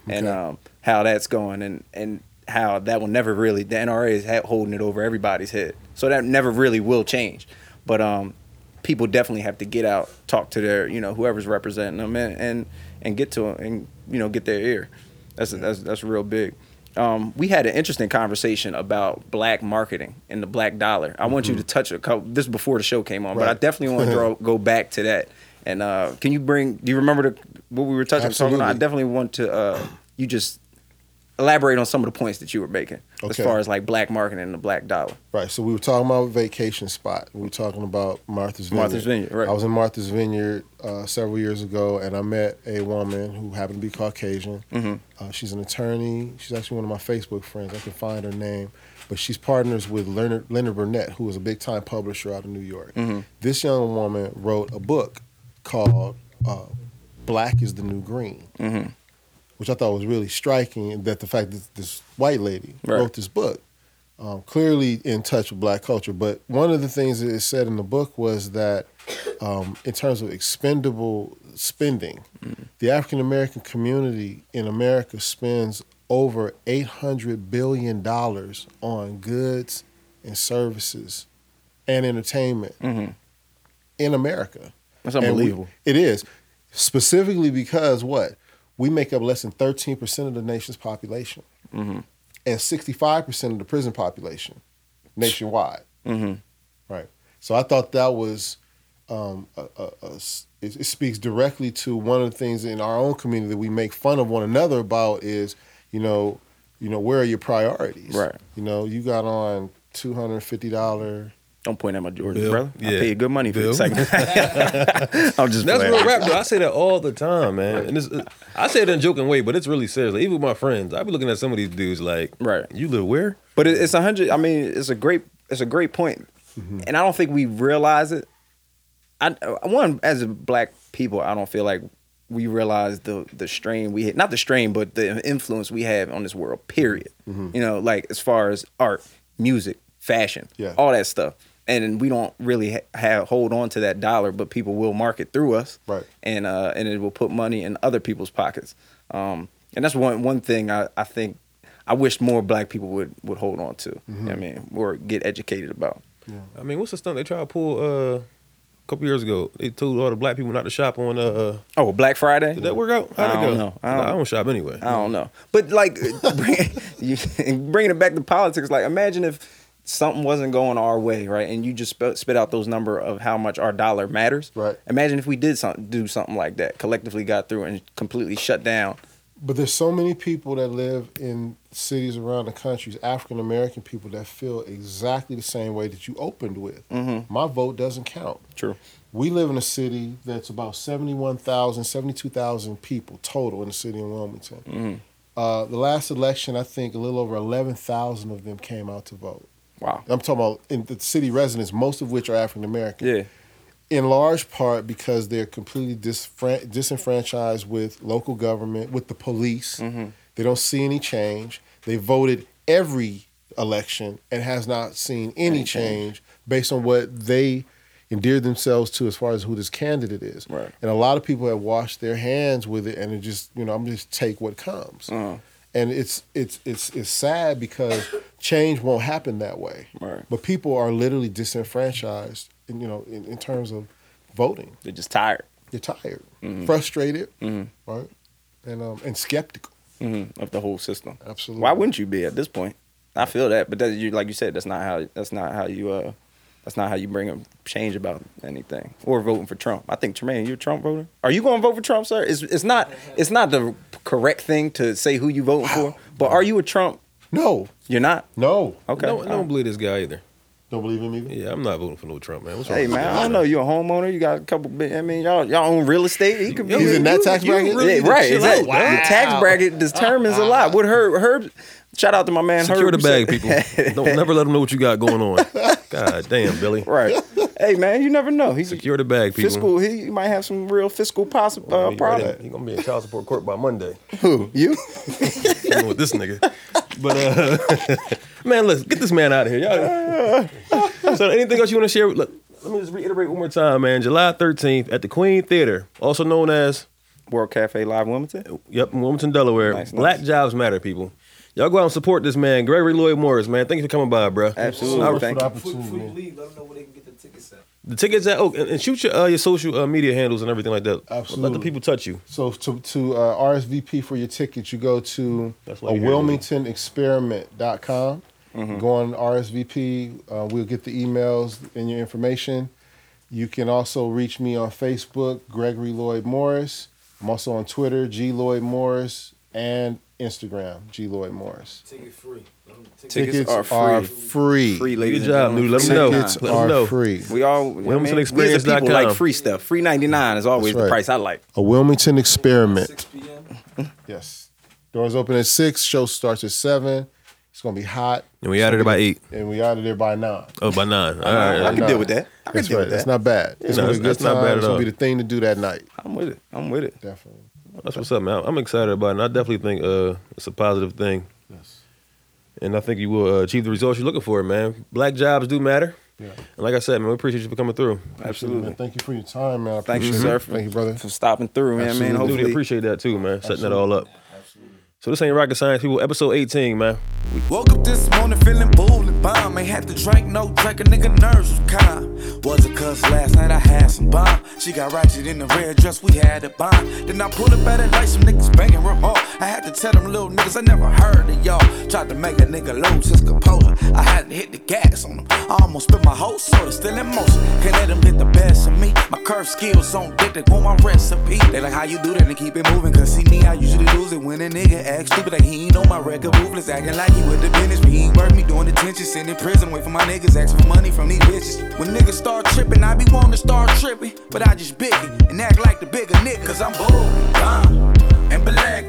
and um, how that's going and and how that will never really the NRA is ha- holding it over everybody's head. So that never really will change. But um, people definitely have to get out, talk to their you know whoever's representing them and and, and get to them and you know get their ear. That's that's that's real big. Um, we had an interesting conversation about black marketing and the black dollar. I want you to touch a couple. This is before the show came on, but I
Right.
definitely want to draw, go back to that. And uh, can you bring? Do you remember the, what we were touching? Talking about? I
Absolutely.
definitely want to. Uh, you just elaborate on some of the points that you were making as
Okay.
far as like black marketing and the black dollar.
Right. So we were talking about vacation spot. We were talking about Martha's Vineyard.
Martha's Vineyard, right.
I was in Martha's Vineyard uh, several years ago, and I met a woman who happened to be Caucasian.
Mhm.
Uh, she's an attorney. She's actually one of my Facebook friends. I can find her name, but she's partners with Leonard, Leonard Burnett, who is a big time publisher out of New York.
Mm-hmm.
Mhm.
This young woman wrote a book called uh, "Black Is the New Green."
Mm-hmm.
which I thought was really striking that the fact that this white lady
Right.
wrote this book, um, clearly in touch with black culture. But one of the things that it said in the book was that um, in terms of expendable spending, the African American community in America spends over $800 billion on goods and services and entertainment in America.
Mm-hmm. That's
And we-
unbelievable.
it is. Specifically because what? We make up less than 13% of the nation's population
Mm-hmm.
and 65% of the prison population nationwide.
Mm-hmm.
Right. So I thought that was, um, a, a- a s- it, it speaks directly to one of the things in our own community that we make fun of one another about is, you know, you know, where are your priorities?
Right.
You know, you got on two hundred fifty dollar.
Don't point at my Jordan, brother. I paid good money for
Bill.
the segment. I'm just
That's
playing.
real rap, though. I say that all the time, man. And it's, uh, I say it in a joking way, but it's really serious. Like, even with my friends, I be looking at some of these dudes like,
right?
You live where?
But it, it's a hundred. I mean, it's a great it's a great point, and I don't think we realize it. I I- one as a black people, I don't feel like we realize the the strain we hit, not the strain, but the influence we have on this world. Period. You know, like as far as art, music, fashion,
Yeah.
all that stuff. And then we don't really ha- have hold on to that dollar, but people will market through us, right? And uh, and it will put money in other people's pockets. Um, and that's one one thing I, I think I wish more black people would would hold on to. You know what I mean, or get educated about.
I mean, what's the stunt they tried to pull uh, a couple years ago? They told all the black people not to shop on. Uh,
oh, Black Friday.
Did that work out? How'd
I
it
don't
go?
know. I
Nah, I
don't-
don't, shop anyway.
I don't know. But like bring, you, bringing it back to politics, like imagine if something wasn't going our way, right? And you just spit, spit out those number of how much our dollar matters. Right. Imagine if we did some, do something like that, collectively got through and completely shut down
But there's so many people that live in cities around the country, African American people that feel exactly the same way that you opened with. My vote doesn't count.
True.
We live in a city that's about 71,000, 72,000 people total in the city of Wilmington.
Mhm.
Uh, the last election, I think a little over 11,000 of them came out to vote.
Wow.
I'm talking about in the city residents, most of which are African American.
Yeah.
In large part because they're completely disfran- disenfranchised with local government, with the police.
Mm-hmm.
They don't see any change. They voted every election and has not seen any change based on what they endeared themselves to as far as who this candidate is. Right. And a lot of people have washed their hands with it and it just, you know, I'm just take what comes.
Uh-huh.
And it's it's it's it's sad because change won't happen that way.
Right.
But people are literally disenfranchised, in, you know, in, in terms of voting.
They're just tired.
They're tired,
Mhm.
Mm-hmm. frustrated,
Mhm.
right, and um, and skeptical.
Mhm, of the whole system.
Absolutely.
Why wouldn't you be at this point? I feel that, but that you like you said, that's not how that's not how you uh that's not how you bring a change about anything or voting for Trump. I think Tremaine, you're a Trump voter. Are you going to vote for Trump, sir? It's it's not it's not the correct thing to say who you voting for, but are you a Trump?
No,
you're not.
No.
Okay.
No, I don't believe this guy either.
Don't believe him either.
Yeah, I'm not voting for no Trump, man. What's wrong
Hey
with
man,
this
I don't know. You a homeowner? You got a couple. bi- I mean, y'all y'all own real estate. He could be
He's in that
you-
tax
you
bracket?
really-
You need to
right?
chill
Exactly.
out.
The tax
Wow.
bracket determines a lot. What Herb Herb? Shout out to my man.
Secure
Herb,
the
you
bag,
said-
people. Don't never let them know what you got going on. God damn, Billy.
Right. Hey man, you never know. He's
Secure the bag, people.
fiscal. He might have some real fiscal poss- uh,
You're
problem.
You're gonna be in child support court by Monday.
Who you?
Dealing with this nigga. But uh, man, listen, get this man out of here, y'all. so, anything else you want to share? Look, let me just reiterate one more time, man. July 13th at the Queen Theater, also known as
World Cafe Live Wilmington.
Yep, in Wilmington, Delaware. Black jobs matter, people. Y'all go out and support this man, Gregory Lloyd Morris, man. Thank you for coming by, bro.
Absolutely, thank you.
The tickets at Oak, and, and shoot your uh, your social uh, media handles and everything like that. Let the
Absolutely.
people touch you.
So to to uh, RSVP for your tickets, you go to a
why you hear me.
WilmingtonExperiment.com. Go on RSVP. Uh, we'll get the emails and your information. You can also reach me on Facebook, Gregory Lloyd Morris. I'm also on Twitter, G Lloyd Morris, and Instagram, G Lloyd Morris.
Ticket free. Ticket
Tickets are free. Are free.
Free, ladies and
Good job,
gentlemen.
Lou. Let 'em know.
Tickets
Let 'em are know. free.
We all I mean, we as a people like free stuff. Free ninety nine is always
That's
the
right.
price I like.
A Wilmington experiment. yes. Doors open at six. Show starts at seven. It's gonna be hot.
And we out of there by eight.
And we out of there by nine.
Oh, by nine. All right.
By nine. that's right. That's not bad.
Yeah,
It's
no,
gonna be a
that's-
good
that's not
time.
bad at
it's gonna be
all.
the thing to do that night.
I'm with it. I'm with it.
Definitely.
That's what's up, man. I'm excited about it. And I definitely think uh, it's a positive thing. Yes. And I think you will uh, achieve the results you're looking for, man. Black jobs do matter.
Yeah.
And like I said, man, we appreciate you for coming through.
Man, thank you for your time, man. I
Thank you,
appreciate
sir,
it.
for-
Thank you, brother.
For stopping through, man.
Absolutely.
Man, hopefully
Dude, appreciate that too, man. Setting that
Absolutely.
all up. So this ain't rocket science, people. Episode 18, man. We-
Woke up this morning feeling bull and bomb. Ain't had to drink no drink, a nigga nerves was calm. Was a cuss last night, I had some bomb. She got ratchet in the red dress, we had a bomb. Then I pulled up at a light, some niggas banging real hard. I had to tell them little niggas I never heard of y'all. Tried to make a nigga lose his composure. I had to hit the gas on him. I almost spit my whole soda, still in motion. Can't let them get the best of me. My curve skills on dick, they want my recipe. They like how you do that and keep it moving. Cause see me, I usually lose it when a nigga acts stupid. Like he ain't on my record, ruthless, acting like he with the business. But he ain't worth me doing detention, sending prison. Wait for my niggas, asking for money from these bitches. When niggas start tripping, I be wanting to start tripping. But I just big it and act like the bigger nigga. Cause I'm bold, dumb, and black.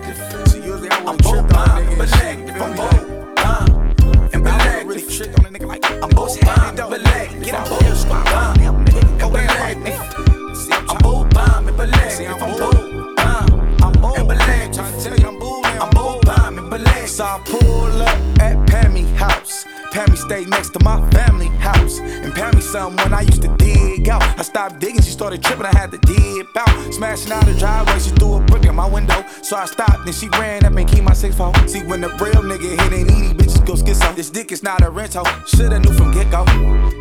So usually I I'm bold, dumb, and black. I'm bold, dumb, and black. Really trick on a nigga like I'm uh, both bomb, and black. Get out of your squad, bomb, and black. See, I'm bold, bomb, and black. See, I'm bold, bomb. I'm bold. And black. Tryna tell you I'm bold. I'm bold. Bomb and black. So I pull up at Pammy house. Pammy stay next to my family house. And Pammy someone I used to dig out. I stopped digging, she started tripping, I had to dip out. Smashing out the driveway, she threw a brick in my window. So I stopped and she ran up and keep my six phone. See when the real nigga hit ain't easy, bitches go schizo. This dick is not a rental. Shoulda knew from get go.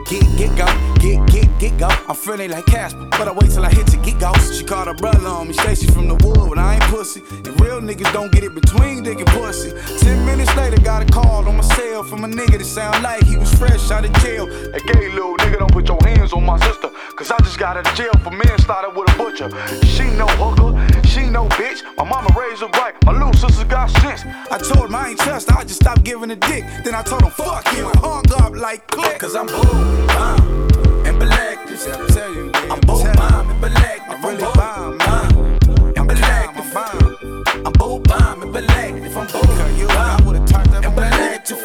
Get, get go. Get, get, get go. I'm friendly like Casper, but I wait till I hit to get go. She called her brother on me. Stacy from the wood, but I ain't pussy. And real niggas don't get it between dick and pussy. Ten minutes later, got a call on my cell from a nigga that sound like he was fresh out of jail. A gay little nigga, don't put your hands on my sister. Cause I just got out of jail for manslaughter with a butcher. She no hooker, she no bitch. My mama raised her right, my little sister got sense. I told him I ain't trust, her, I just stopped giving a dick. Then I told him, fuck you, and hung up like click. Cause I'm blue, I'm, and black. I'm tell you, I'm both bomb and black. I'm really bomb, I'm, and black. I'm bomb, I'm both bomb and black. If I'm both, girl, you bomb, I would've turned that and black too.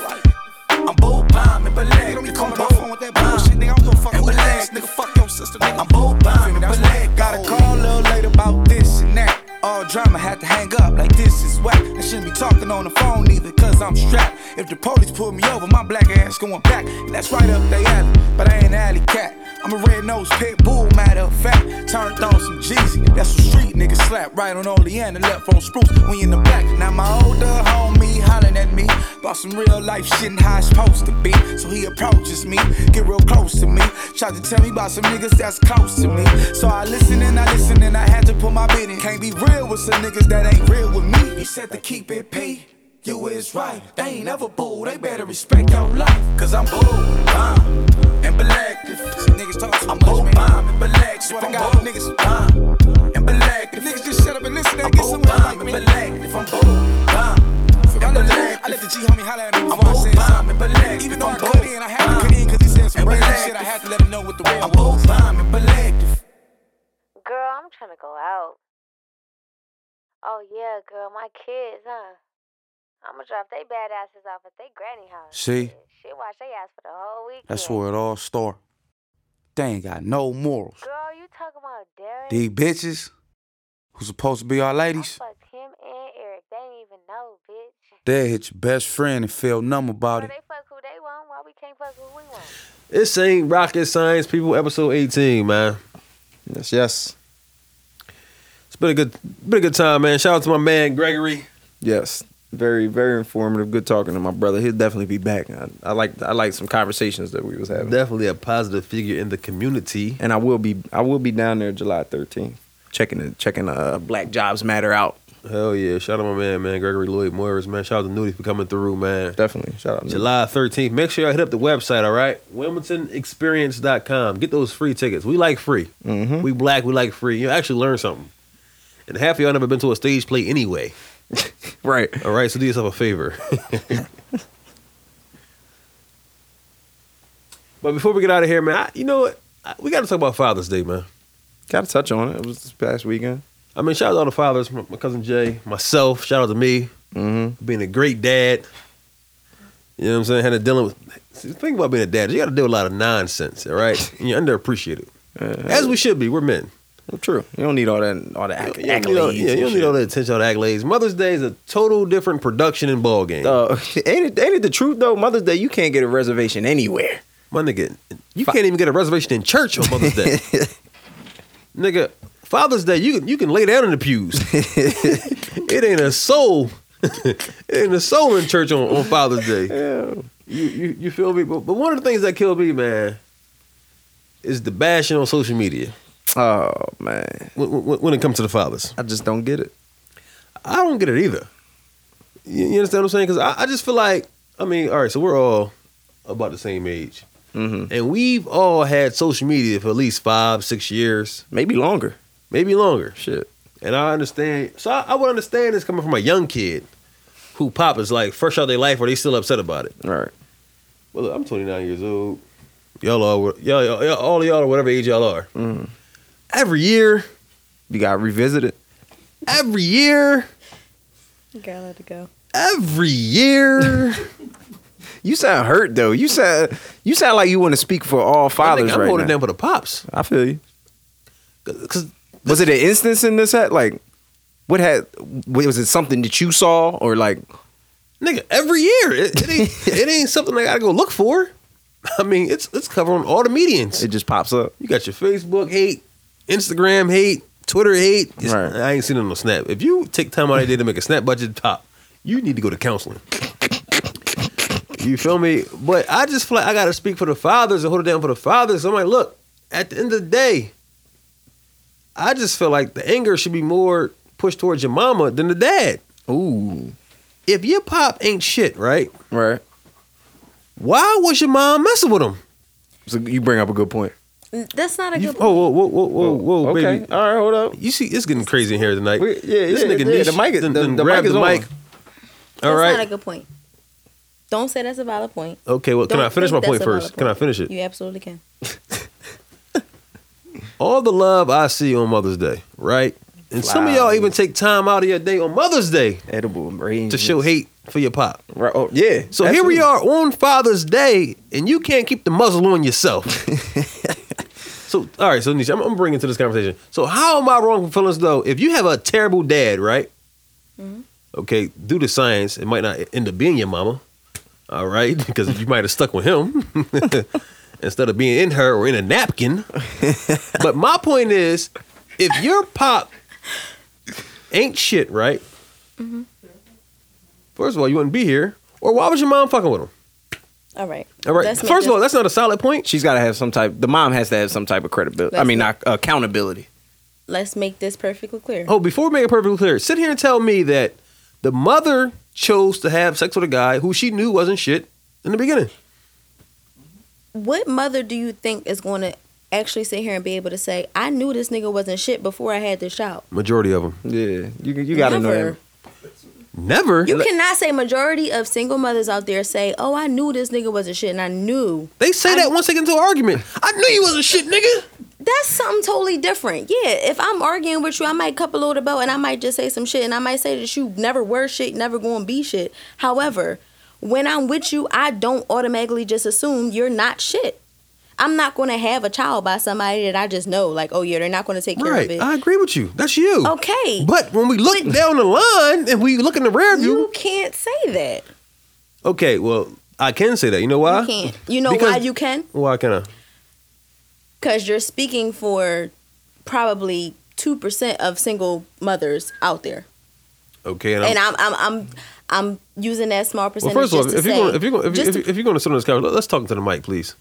I'm both bomb and black. You don't be calling my phone with that bullshit, nigga. I don't give a fuck and black, nigga. Fuck your sister, nigga. I'm both bomb and black. oh, Got a call a little late about this and that. All drama had to hang up like this is whack. I shouldn't be talking on the phone either, cause I'm strapped. If the police pull me over, my black ass going back. And that's right up they alley, but I ain't an alley cat. I'm a red nosed pit bull, matter of fact. Turned on some Jeezy, that's what street niggas slap. Right on Oleander, left on Spruce, we in the back. Now my older homie hollering at me about some real life shit and how it's supposed to be. So he approaches me, get real close to me. Tried to tell me about some niggas that's close to me. So I listen and I listen and I had to put my bid in. Can't be real with some niggas that ain't real with me. He said to keep it P. You is right. They ain't never bull. They better respect your life. Cause I'm bull, bomb, and black. Niggas talk too I'm bull, bomb, and black. Swear to God, niggas bomb, and black. If niggas just shut up and listen, they get some like me. Black. If I'm bull, bomb, Y'all know that. I let the G homie holler at me before I said something. Even though I cut in, I had to cut in because he said some crazy shit. I had to let him know what the real was.
Girl, I'm trying to go out. Oh yeah, girl, my kids, huh? I'ma drop they bad asses off at they granny house.
See,
She watch they ass for the whole week.
that's where it all start. They ain't got no morals.
Girl, you talking about Derek?
These bitches who supposed to be our ladies,
Fucked him and Eric. They ain't even know, bitch.
they hit your best friend and feel numb about it.
They fuck who they want. Why we can't fuck who we want?
This ain't rocket science, people. Episode eighteen, man.
Yes, yes.
It's been a good, been a good time, man. Shout out to my man Gregory.
Yes, very, very informative. Good talking to my brother. He'll definitely be back. I, I like, I like some conversations that we was having.
Definitely a positive figure in the community.
And I will be, I will be down there July 13th, checking the, checking uh Black Jobs Matter out.
Hell yeah! Shout out my man, man Gregory Lloyd Morris, man. Shout out to Nudie for coming through, man.
Definitely. Shout out.
July thirteenth. Make sure y'all hit up the website. All right, WilmingtonExperience.com. Get those free tickets. We like free.
Mm-hmm.
We black. We like free. You actually learn something. And half of y'all never been to a stage play anyway.
right.
All right. So do yourself a favor. but before we get out of here, man, I, you know what? I- we got to talk about Father's Day, man.
Got to touch on it. It was this past weekend.
I mean, shout out to all the fathers. My, my cousin Jay, myself. Shout out to me
Mm-hmm.
for being a great dad. You know what I'm saying? Had to dealing with. See, the thing about being a dad, is you got to deal with a lot of nonsense. All right, and you're underappreciated, as we should be. We're men.
True. You don't need all that, all that
You don't need all-
accolades.
yeah, you don't need all that attention, all the accolades. Mother's Day is a total different production and ball game.
Uh, ain't it, ain't it the truth though? Mother's Day, you can't get a reservation anywhere.
My nigga, you can't even get a reservation in church on Mother's Day. Nigga, Father's Day, you can you can lay down in the pews. it ain't a soul. it ain't a soul in church on, on Father's Day. You, you you feel me? But, but one of the things that killed me, man, is the bashing on social media.
Oh man,
when, when, when it comes to the fathers,
I just don't get it.
I don't get it either. You, you understand what I'm saying? Because I, I just feel like, I mean, all right, so we're all about the same age.
Mm-hmm.
And we've all had social media for at least five, six years.
Maybe longer.
Maybe longer.
Shit.
And I understand. So I, I would understand this coming from a young kid who pop is like fresh out their life or they still upset about it.
Right.
Well, look, I'm 29 years old. Y'all are, y'all, y'all, y'all- all of y'all are whatever age y'all are. Every year.
Mm-hmm. You got to revisit it.
Every year.
Girl, let it go.
Every year.
you sound hurt though. You sound you sound like you want to speak for all fathers
I'm
right
holding
now.
down for the pops.
I feel you.
Cause
was it an instance in this hat? Like, what had was it something that you saw or like?
Nigga, every year it, it ain't it ain't something I gotta go look for. I mean, it's it's covering all the medians. It
just pops up.
You got your Facebook hate, Instagram hate, Twitter hate. It's- I ain't seen it on Snap. If you take time out of your day to make a Snap budget top, you need to go to counseling. You feel me? But I just feel like I gotta speak for the fathers and hold it down for the fathers. I'm like, look, at the end of the day, I just feel like the anger should be more pushed towards your mama than the dad. Ooh. If your pop ain't shit, right? Right. Why was your mom messing with him?
So you bring up a good point.
That's not a
You-
good
oh, whoa, whoa, whoa, whoa, whoa,
okay.
baby. All right, hold up. You see, it's getting crazy in here tonight.
We- yeah,
this
yeah,
nigga
yeah,
Niche
the mic is-
done-
the-
done
the
grabbed
mic is
the
on.
mic. All
That's
right.
not a good point. Don't say that's a valid point.
Okay, well, can
Don't
I finish my
think
point
that's a valid
first? Can I finish it?
You absolutely can.
All the love I see on Mother's Day, right? And some of y'all even take time out of your day on Mother's Day
edible brains.
to show hate for your pop.
Right. Oh, yeah.
So here we are on Father's Day, and you can't keep the muzzle on yourself. so, all right, so Nisha, I'm, I'm bringing to this conversation. So, how am I wrong for feelings though? If you have a terrible dad, right? Okay, due to science, it might not end up being your mama. All right, because you might have stuck with him instead of being in her or in a napkin. but my point is, if your pop ain't shit, right?
Mhm.
First of all, you wouldn't be here. Or why was your mom fucking with him?
All right.
All right.
Let's make
First of
this-
all, that's
not a solid point.
She's got to have some type. The mom has to have some type of credibility. I
That's
mean,
not-
not accountability.
Let's make this perfectly clear.
Oh, before we make it perfectly clear, sit here and tell me that the mother chose to have sex with a guy who she knew wasn't shit in the beginning.
What mother do you think is going to actually sit here and be able to say, "I knew this nigga wasn't shit before I had this child"?
Majority of them.
Yeah, you you gotta know
Never.
that.
Never.
You cannot say majority of single mothers out there say, "Oh, I knew this nigga wasn't shit, and I knew."
They say that once they get into an argument. I knew you wasn't shit, nigga.
That's something totally different. Yeah, if I'm arguing with you, I might cup a load about and I might just say some shit, and I might say that you never were shit, never going to be shit. However, when I'm with you, I don't automatically just assume you're not shit. I'm not going to have a child by somebody that I just know, like, oh yeah, they're not going to take care of
Right.
it.
I agree with you. That's you.
Okay.
But when we look down the line and we look in the rear view.
you can't say that.
Okay, well, I can say that. You know why?
You can't. You know
Because-
why you can?
Why can I?
Because you're speaking for probably two percent of single mothers out there.
Okay,
and I'm I'm I'm I'm using that small
Well,
percentage.
first of all,
just
if
to
you're
say,
going, if you're going, if, you-
just
if, you- if you're going to sit on this couch, let- let's talk to the mic, please.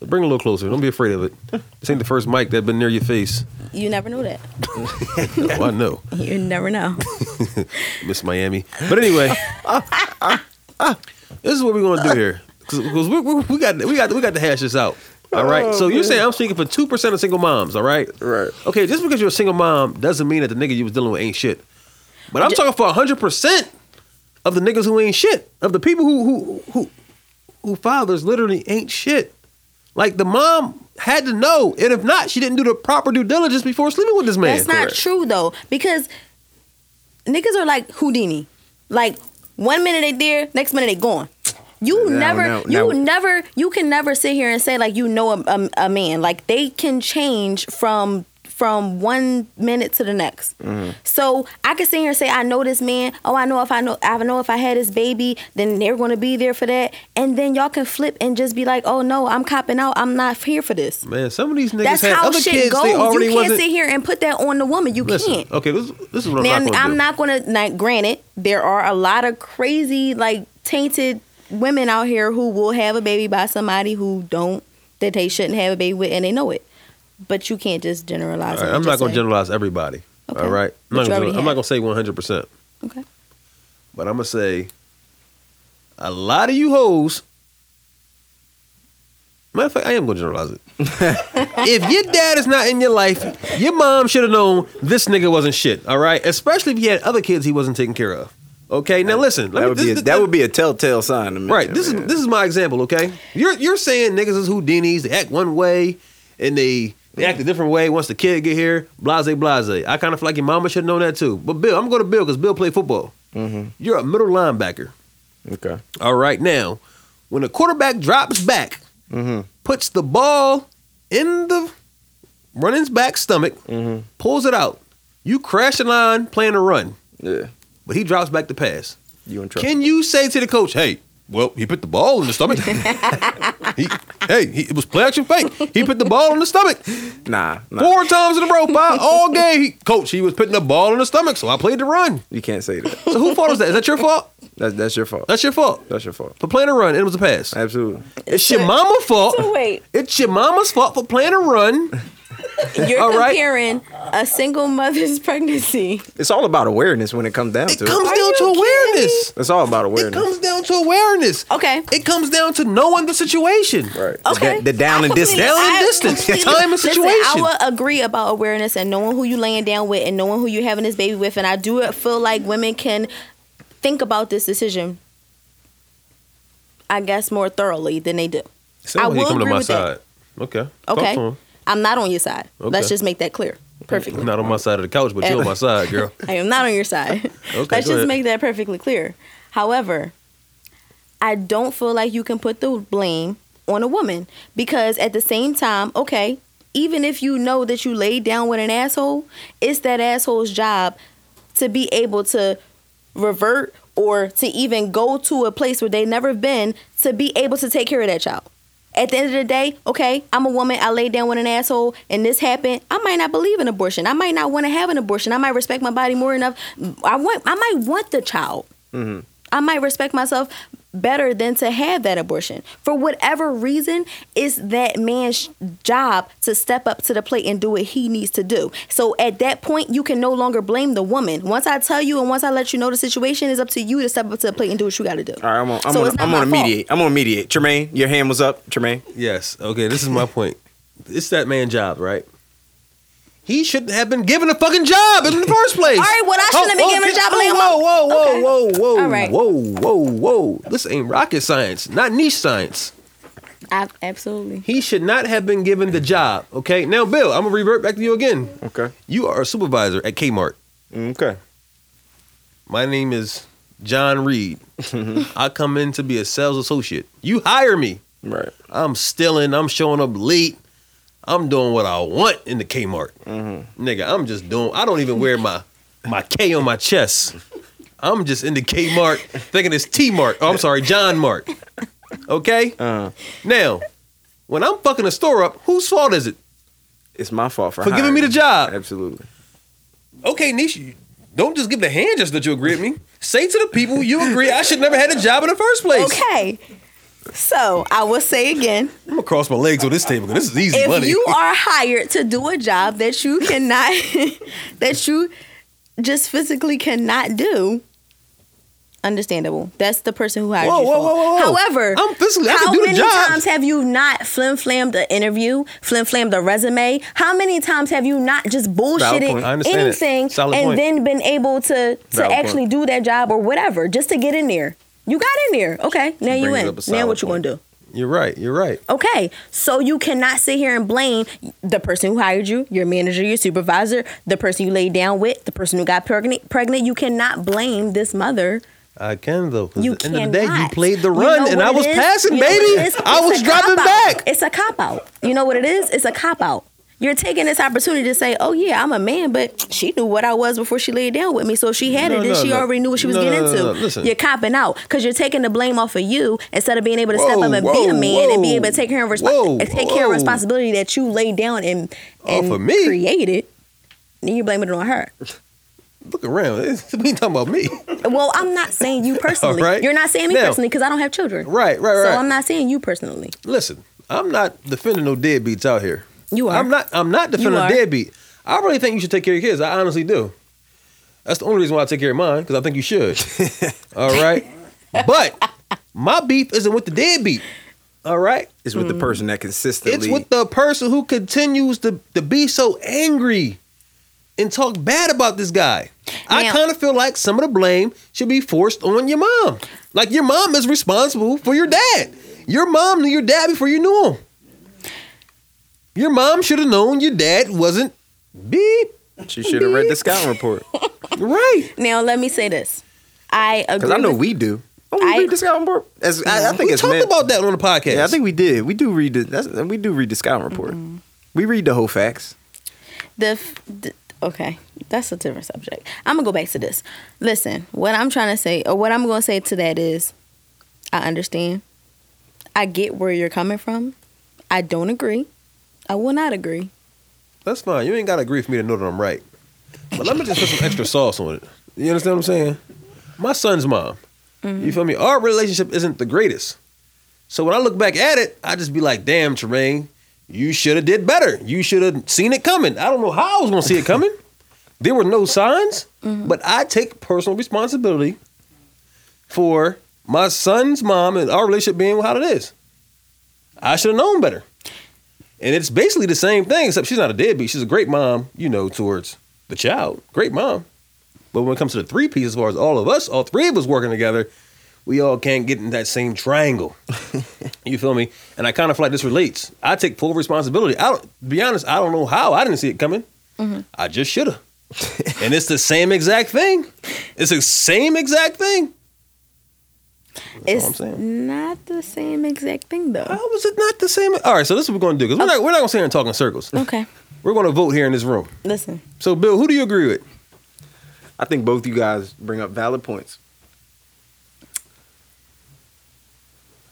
Bring it a little closer. Don't be afraid of it. This ain't the first mic that been near your face.
to- you never know that.
Oh, I know,
You never know.
Miss Miami. Ah, But anyway, ah. this is what we're gonna do here because we, we, we got we got we got to hash this out. All right.
Oh,
so you're
man.
saying I'm speaking for two percent of single moms. All right. Right. Okay. Just because you're a single mom doesn't mean that the nigga you was dealing with ain't shit. But I'm talking for hundred percent of the niggas who ain't shit of the people who who who who fathers literally ain't shit. Like the mom had to know, and if not, she didn't do the proper due diligence before sleeping with this man.
That's not true though, because niggas are like Houdini. Like one minute they there, next minute they gone. You
Now,
never,
now,
you
now-
never, you can never sit here and say like you know a, a, a man. Like they can change from from one minute to the next. So I could sit here and say, I know this man. Oh, I know if I know, I know if I had this baby, then they're going to be there for that. And then y'all can flip and just be like, oh no, I'm copping out. I'm not here for this.
Man, some of these niggas
That's
had
how
other
shit
kids.
goes.
They
You
already
can't
wasn't.
sit here and put that on the woman. You
Listen,
can't.
okay, this, this is what
Now
I'm not gonna
I'm
do.
not gonna. Like, granted, there are a lot of crazy, like, tainted women out here who will have a baby by somebody who don't that they shouldn't have a baby with, and they know it. But you can't just generalize.
All right,
and
I'm
just
not going to
say-
generalize everybody. All right, I'm
But
not
you
gonna
already
general- I'm not going to say 100. percent
Okay.
but I'm gonna say a lot of you hoes. Matter of fact, I am gonna generalize it. if your dad is not in your life, your mom should have known this nigga wasn't shit. All right, especially if he had other kids he wasn't taking care of. Okay, now listen. Let
That
me-
would
this-
be a,
this-
that would be a telltale sign to me.
Right. This is this is my example. Okay. You're you're saying niggas is Houdini's. They act one way, and they they act a different way once the kid get here. Blase, blase. I kind of feel like your mama should have known that too. But Bill, I'm gonna go to Bill because Bill played football.
Mm-hmm.
You're a middle linebacker.
Okay.
All right. Now, when the quarterback drops back,
Mm-hmm.
puts the ball in the running's back stomach,
Mm-hmm.
pulls it out. You crash the line playing a run.
Yeah.
But he drops back the pass.
You in trouble?
Can you say to the coach, hey, well, he put the ball in the stomach. he, hey, he, it was play action fake. He put the ball in the stomach.
Nah, nah.
Four times in a row, five, all game. He, coach, he was putting the ball in the stomach, so I played the run.
You can't say that.
So who fault is that? Is that your fault?
That's that's your fault.
That's your fault.
That's your fault.
For playing a run, it was a pass.
Absolutely.
It's your mama's fault.
So wait.
It's your mama's fault for playing a run.
You're
All right.
comparing a single mother's pregnancy.
It's all about awareness when it comes down to
comes
it.
down to awareness.
It's all about awareness.
It comes down to awareness.
Okay.
It comes down to knowing the situation.
Right.
Okay.
The, down and distance.
Down and
I
distance.
completely-
Time and situation.
Listen, I would agree about awareness and knowing who you laying down with and knowing who you having this baby with. And I do feel like women can think about this decision, I guess, more thoroughly than they do. I will agree with that.
Okay. Talk to
Okay.
him.
I'm not on your side.
Okay.
Let's just make that clear. Perfectly.
I'm not on my side of the couch, but
And-
you're on my side, girl.
I am not on your side.
Okay, go
Let's just
ahead.
make that perfectly clear. However, I don't feel like you can put the blame on a woman because at the same time, okay, even if you know that you laid down with an asshole, it's that asshole's job to be able to revert or to even go to a place where they've never been to be able to take care of that child. At the end of the day, okay, I'm a woman, I laid down with an asshole, and this happened. I might not believe in abortion. I might not want to have an abortion. I might respect my body more enough. I want I might want the child.
Mm-hmm.
I might respect myself better than to have that abortion. For whatever reason, it's that man's job to step up to the plate and do what he needs to do. So at that point, you can no longer blame the woman. Once I tell you and once I let you know the situation, it's up to you to step up to the plate and do what you got to do.
All right, I'm on. I'm
So
on.
it's not
I'm
my
on to
fault.
mediate. I'm on to mediate. Tremaine, your hand was up. Tremaine.
Yes. Okay, this is my point. It's that man's job, right? He shouldn't have been given a fucking job in the first place.
All right, well, I shouldn't have been given a
get-
job,
oh,
Liam.
Whoa, whoa, whoa, whoa, whoa,
All right.
whoa, whoa, whoa. This ain't rocket science, not niche science.
I, absolutely.
He should not have been given the job. Okay. Now, Bill, I'm gonna revert back to you again.
Okay. Mm,
You are a supervisor at Kmart.
Okay.
My name is John Reed.
Mm-hmm.
I come in to be a sales associate. You hire me.
Right.
I'm stealing. I'm showing up late. I'm doing what I want in the Kmart.
Mm-hmm.
Nigga, I'm just doing. I don't even wear my my K on my chest. I'm just in the Kmart thinking it's T Mart. Oh, I'm sorry, John Mart. Okay. Now, when I'm fucking a store up, whose fault is it?
It's my fault for,
For giving
hiring
me the
you.
job.
Absolutely.
Okay, Nish, you- don't just give the hand just that you agree with me. Say to the people you agree I should never had a job in the first place.
Okay. So I will say again,
I'm gonna cross my legs on this table 'cause this is easy
if
money.
you are hired to do a job that you cannot that you just physically cannot do understandable that's the person who hired
Whoa,
you
whoa,
for.
whoa, whoa, whoa.
however
I'm physically- I
how
can do the
many
job.
times have you not flim flammed the interview flim flammed the resume how many times have you not just
point. I
bullshitted
understand it.
anything and
Solid point.
then been able to to
Valid
actually
point.
do that job or whatever just to get in there you got in there okay now you
brings
in
up a
now
solid
what you gonna do
You're right. You're right.
Okay, so you cannot sit here and blame the person who hired you, your manager, your supervisor, the person you laid down with, the person who got pregnant. Pregnant, you cannot blame this mother.
I can though. 'cause
You
at the end of the day, you
cannot.
played the
You
run,
know
and
what
I
it
was
is?
passing,
You know what
baby.
it is?
I
It's
was
a
dropping
cop-out.
back.
It's a cop out. You know what it is? It's a cop out. You're taking this opportunity to say, "Oh yeah, I'm a man," but she knew what I was before she laid down with me. So if she had
No,
it, then
no,
she
no.
already knew what she was
No, no,
getting
no,
into.
no, no. Listen.
You're copping out because you're taking the blame off of you instead of being able to step
Whoa,
up and be
whoa,
a man and be
whoa,
able to take care of respo-
whoa,
take care of
whoa.
responsibility that you laid down and and
Off of me?
created. Then you blame it on her.
Look around. It's- We ain't talking about me.
Well, I'm not saying you personally.
right.
You're not saying me
Now-
personally because I don't have children.
Right, right, right.
So I'm not saying you personally.
Listen, I'm not defending no deadbeats out here.
You are.
I'm not. I'm not defending
You
a
are.
deadbeat. I really think you should take care of your kids. I honestly do. That's the only reason why I take care of mine because I think you should. All right. But my beef isn't with the deadbeat. All right.
It's with
Mm. Mm-hmm.
the person that consistently.
It's with the person who continues to, to be so angry and talk bad about this guy. I
Now-
kind of feel like some of the blame should be forced on your mom. Like your mom is responsible for your dad. Your mom knew your dad before you knew him. Your mom should have known your dad wasn't beep.
she should have read the scouting report
Right.
Now let me say this. I agree.
because I know
with-
we do. Oh, we
I-
read the scouting report. As, I, I think
we
it's
talked
meant-
about that on the podcast.
Yeah, I think we did. We do read the. That's, we do read the scouting report.
Mm-hmm.
We read the whole facts.
the, f- the okay that's a different subject i'm gonna go back to this listen what i'm trying to say or what i'm gonna say to that is i understand i get where you're coming from i don't agree i will not agree
That's fine. You ain't gotta agree for me to know that I'm right. But let me just put some extra sauce on it. You understand what I'm saying? My son's mom.
Mm-hmm.
You feel me? Our relationship isn't the greatest. So when I look back at it, I just be like, damn, Tremaine, you should have did better. You should have seen it coming. I don't know how I was gonna see it coming. there were no signs, but I take personal responsibility for my son's mom and our relationship being how it is. I should have known better. And it's basically the same thing, except she's not a deadbeat. She's a great mom, you know, towards the child. Great mom. But when it comes to the three piece, as far as all of us, all three of us working together, we all can't get in that same triangle. you feel me? And I kind of feel like this relates. I take full responsibility. I don't, to be honest, I don't know how. I didn't see it coming. I just should have. and it's the same exact thing. It's the same exact thing. all I'm
it's not the same exact thing though. How
was it not the same? All right, so this is what we're going to do because we're not, we're not going to sit here and talk in circles.
Okay,
We're going to vote here in this room.
listen.
So, Bill, who do you agree with?
I think both you guys bring up valid points.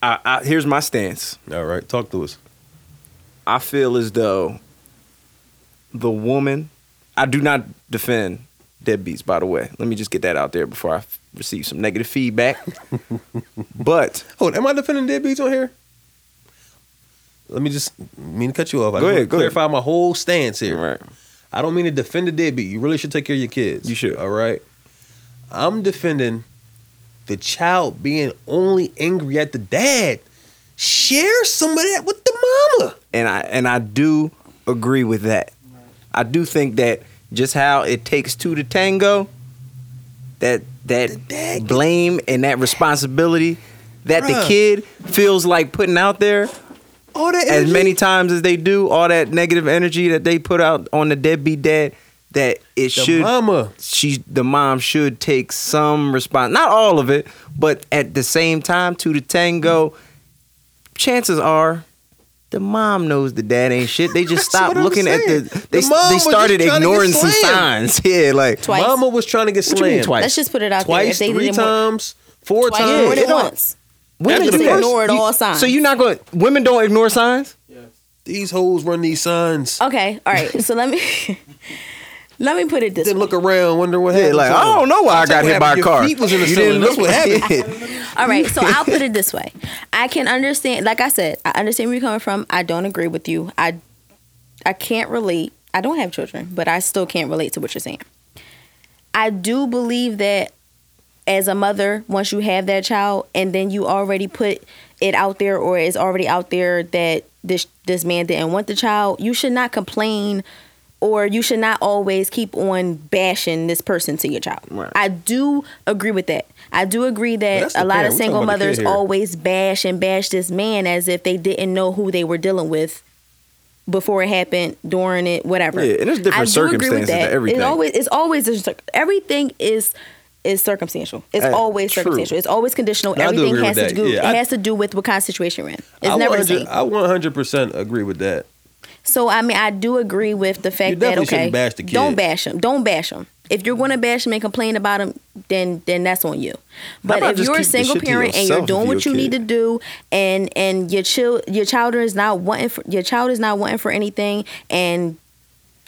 I, I, here's my stance.
All right, talk to us.
I feel as though the woman. I do not defend deadbeats, by the way. Let me just get that out there before I f- receive some negative feedback. but
hold, am I defending deadbeats on here? Let me just mean to cut you off.
Go
I just
ahead,
wanna
go ahead.
clarify my whole stance here. Right. I don't mean to defend the deadbeat. You really should take care of your kids. You should. All right. I'm defending the child being only angry at the dad. Share some of that with the mama.
and I and I do agree with that. I do think that just how it takes two to tango, that that blame and that responsibility that the
Bruh.
kid feels like putting out there
All that
as
energy.
many times as they do, all that negative energy that they put out on the deadbeat dad, that it should
mama.
she the mom should take some response, not all of it, but at the same time, to the tango, chances are. The mom knows the dad ain't shit. They just stopped
That's what I'm
looking at the.
saying.
They,
The mom
they
was just
started
trying to get
ignoring some
slammed.
signs. Yeah, like
Twice.
Mama was trying to get
What you mean
slammed.
twice?
Let's just put it out there.
Twice,
If they
three
did it more-
times, four
Twice,
times.
more
It
than
don't-
once.
After
Women
the
do
first-
that.
Ignored
You-
all signs.
So you're not going. Women don't ignore signs.
These hoes run these signs.
Okay, all right. So let me let me put it this
Then
way.
look around, wonder what
Yeah,
happened.
like
to
I
them.
don't know why I
That's
got
what
hit by a
happened. Your
car.
feet was in the
You
ceiling.
didn't
That's
look
what
at
happened.
it.
All right, so I'll put it this way. I can understand, like I said, I understand where you're coming from. I don't agree with you. I I can't relate. I don't have children, but I still can't relate to what you're saying. I do believe that as a mother, once you have that child and then you already put it out there or it's already out there that this this man didn't want the child, you should not complain or you should not always keep on bashing this person to your child.
Right.
I do agree with that. I do agree that
that's
a
the
lot
parent.
of
We're
single
talking about the kid
mothers
here.
always bash and bash this man as if they didn't know who they were dealing with before it happened, during it, whatever.
Yeah, and there's different
I do agree with
circumstances to
that.
everything.
It always it's always a cir- everything is is circumstantial. It's
Hey,
always
true.
circumstantial. It's always conditional.
No, I do
everything
agree with
has to
that.
do
Yeah, I-
it has to do with what kind of situation we're in. It's
I
never the
100
same.
I 100% agree with that.
So I mean, I do agree with the fact that
definitely
okay,
shouldn't bash the kid.
don't bash him. Don't bash him. If you're going to bash him and complain about him, then then that's on you. But
about
if
just
you're a
keep the
single
shit to
parent and you're
yourself if
doing
you're
what
a
you need to
kid?
do, and and your child your child is not wanting for, your child is not wanting for anything, and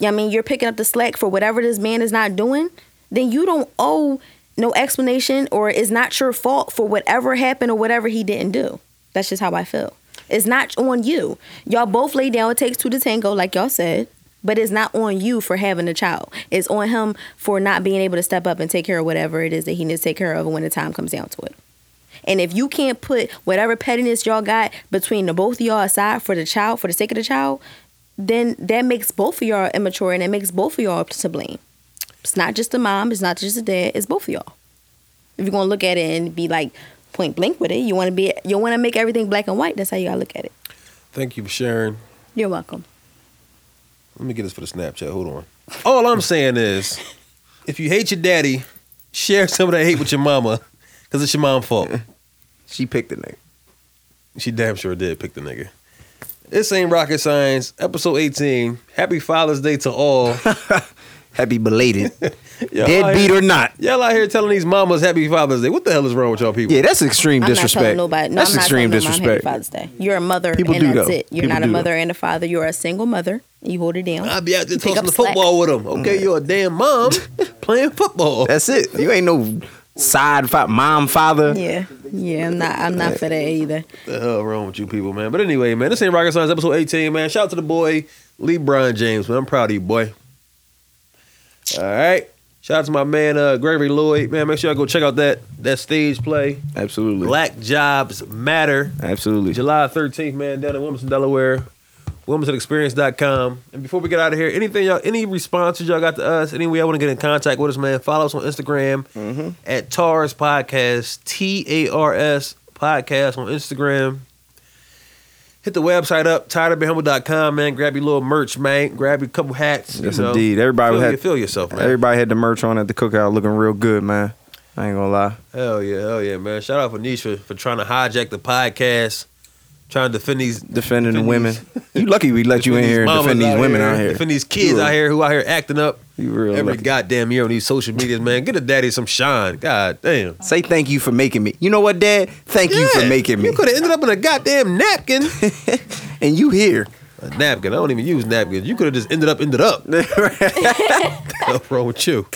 I mean you're picking up the slack for whatever this man is not doing, then you don't owe no explanation or it's not your fault for whatever happened or whatever he didn't do. That's just how I feel. It's not on you. Y'all both lay down. It takes two to tango, like y'all said. But it's not on you for having a child. It's on him for not being able to step up and take care of whatever it is that he needs to take care of when the time comes down to it. And if you can't put whatever pettiness y'all got between the both of y'all aside for the child, for the sake of the child, then that makes both of y'all immature and it makes both of y'all to blame. It's not just the mom, it's not just the dad, it's both of y'all. If you're gonna look at it and be like point blank with it, you wanna be you wanna make everything black and white, that's how you gotta look at it.
Thank you for sharing.
You're welcome.
Let me get this for the Snapchat. Hold on. All I'm saying is, if you hate your daddy, share some of that hate with your mama, because it's your mom's fault.
She picked the nigga.
She damn sure did pick the nigga. This ain't rocket science. Episode 18. Happy Father's Day to all.
Happy belated.
Y'all
Deadbeat
out here-
or not.
Y'all out here telling these mamas Happy Father's Day. What the hell is wrong with y'all people?
Yeah, that's extreme
I'm not telling
disrespect.
nobody. No,
that's
I'm not
extreme
telling no mom
disrespect.
Happy Father's Day. You're a mother,
People
and
do,
that's
though.
it. You're
People
not a
do,
mother and a father. You're a single mother. You hold it down.
I'll be out there
You pick
tossing
up
the
slack.
football with them. Okay, you're a damn mom playing football.
That's it. You ain't no side fa- mom father.
Yeah, yeah, I'm not, I'm not for that either.
the hell wrong with you people, man? But anyway, man, this ain't Rocket Science episode 18, man. Shout out to the boy LeBron James, man. I'm proud of you, boy. All right. Shout out to my man uh, Gregory Lloyd, man. Make sure y'all go check out that that stage play.
Absolutely.
Black Jobs Matter.
Absolutely.
July 13th, man, down in Wilmington, Delaware. WilmingtonExperience.com. And before we get out of here, anything y'all, any responses y'all got to us, any way y'all want to get in contact with us, man, follow us on Instagram
Mm-hmm.
at TARS Podcast, T A R S Podcast on Instagram. Hit the website up, tiredofbehumble.com, man. Grab your little merch, man. Grab your couple hats.
Yes,
you know.
indeed. Everybody
feel,
had
you feel yourself, man.
Everybody had the merch on at the cookout, looking real good, man. I ain't gonna lie.
Hell yeah, hell yeah, man. Shout out for Nisha for trying to hijack the podcast, trying to defend these
Defending the women. You lucky we let you in here and
mamas
defend these
out
women out here.
Defend these kids
You
out here who out here acting up
You real
every
lucky.
goddamn year on these social medias, man. Get a daddy some shine. God damn.
Say thank you for making me. You know what, Dad? Thank you for
Yeah,
making me.
You could have ended up in a goddamn napkin.
and you here.
A napkin. I don't even use napkins. You could have just ended up, ended up. What's wrong with you?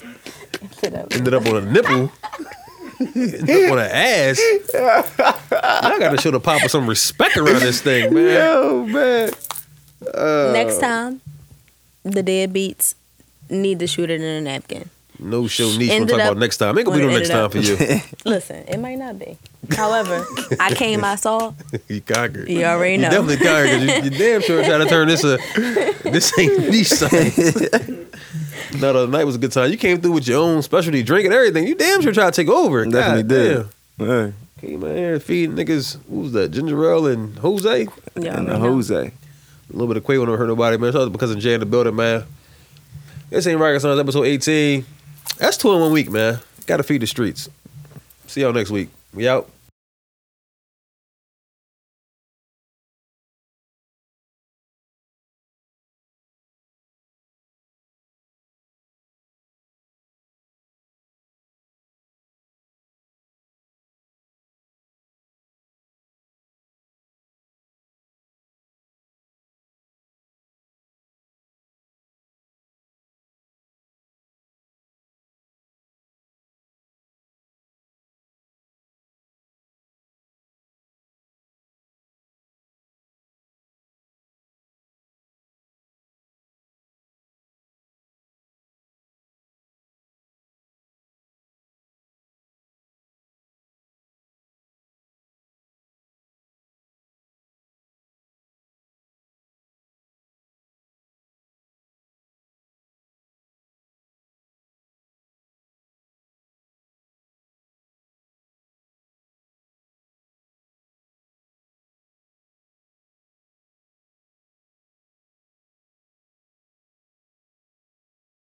Ended up on a nipple. ended up on an ass. I gotta show the papa some respect around this thing, man.
Yo, man.
Next
Uh,
time, the deadbeats need to shoot it in a napkin.
No show niche. We'll
Ended
talk
up-
about next time. Ain't gonna be no
Ended
next time
up-
for you.
Listen, it might not be. However, I came, I saw.
you conquered.
You already know.
You definitely conquered. You, you damn sure trying to turn this a this ain't niche science. no, the night was a good time. You came through with your own specialty drink and everything. You damn sure tried to take over.
Definitely
God
did.
damn.
Hey.
Came out here feeding niggas. Who's that? Ginger ale and Jose.
Yeah,
And the Jose.
A little bit of Quavo don't hurt nobody, man. Shout out to because of Jay in the building, man. This ain't Rocket Sons episode 18. That's two in one week, man. Gotta feed the streets. See y'all next week. We out.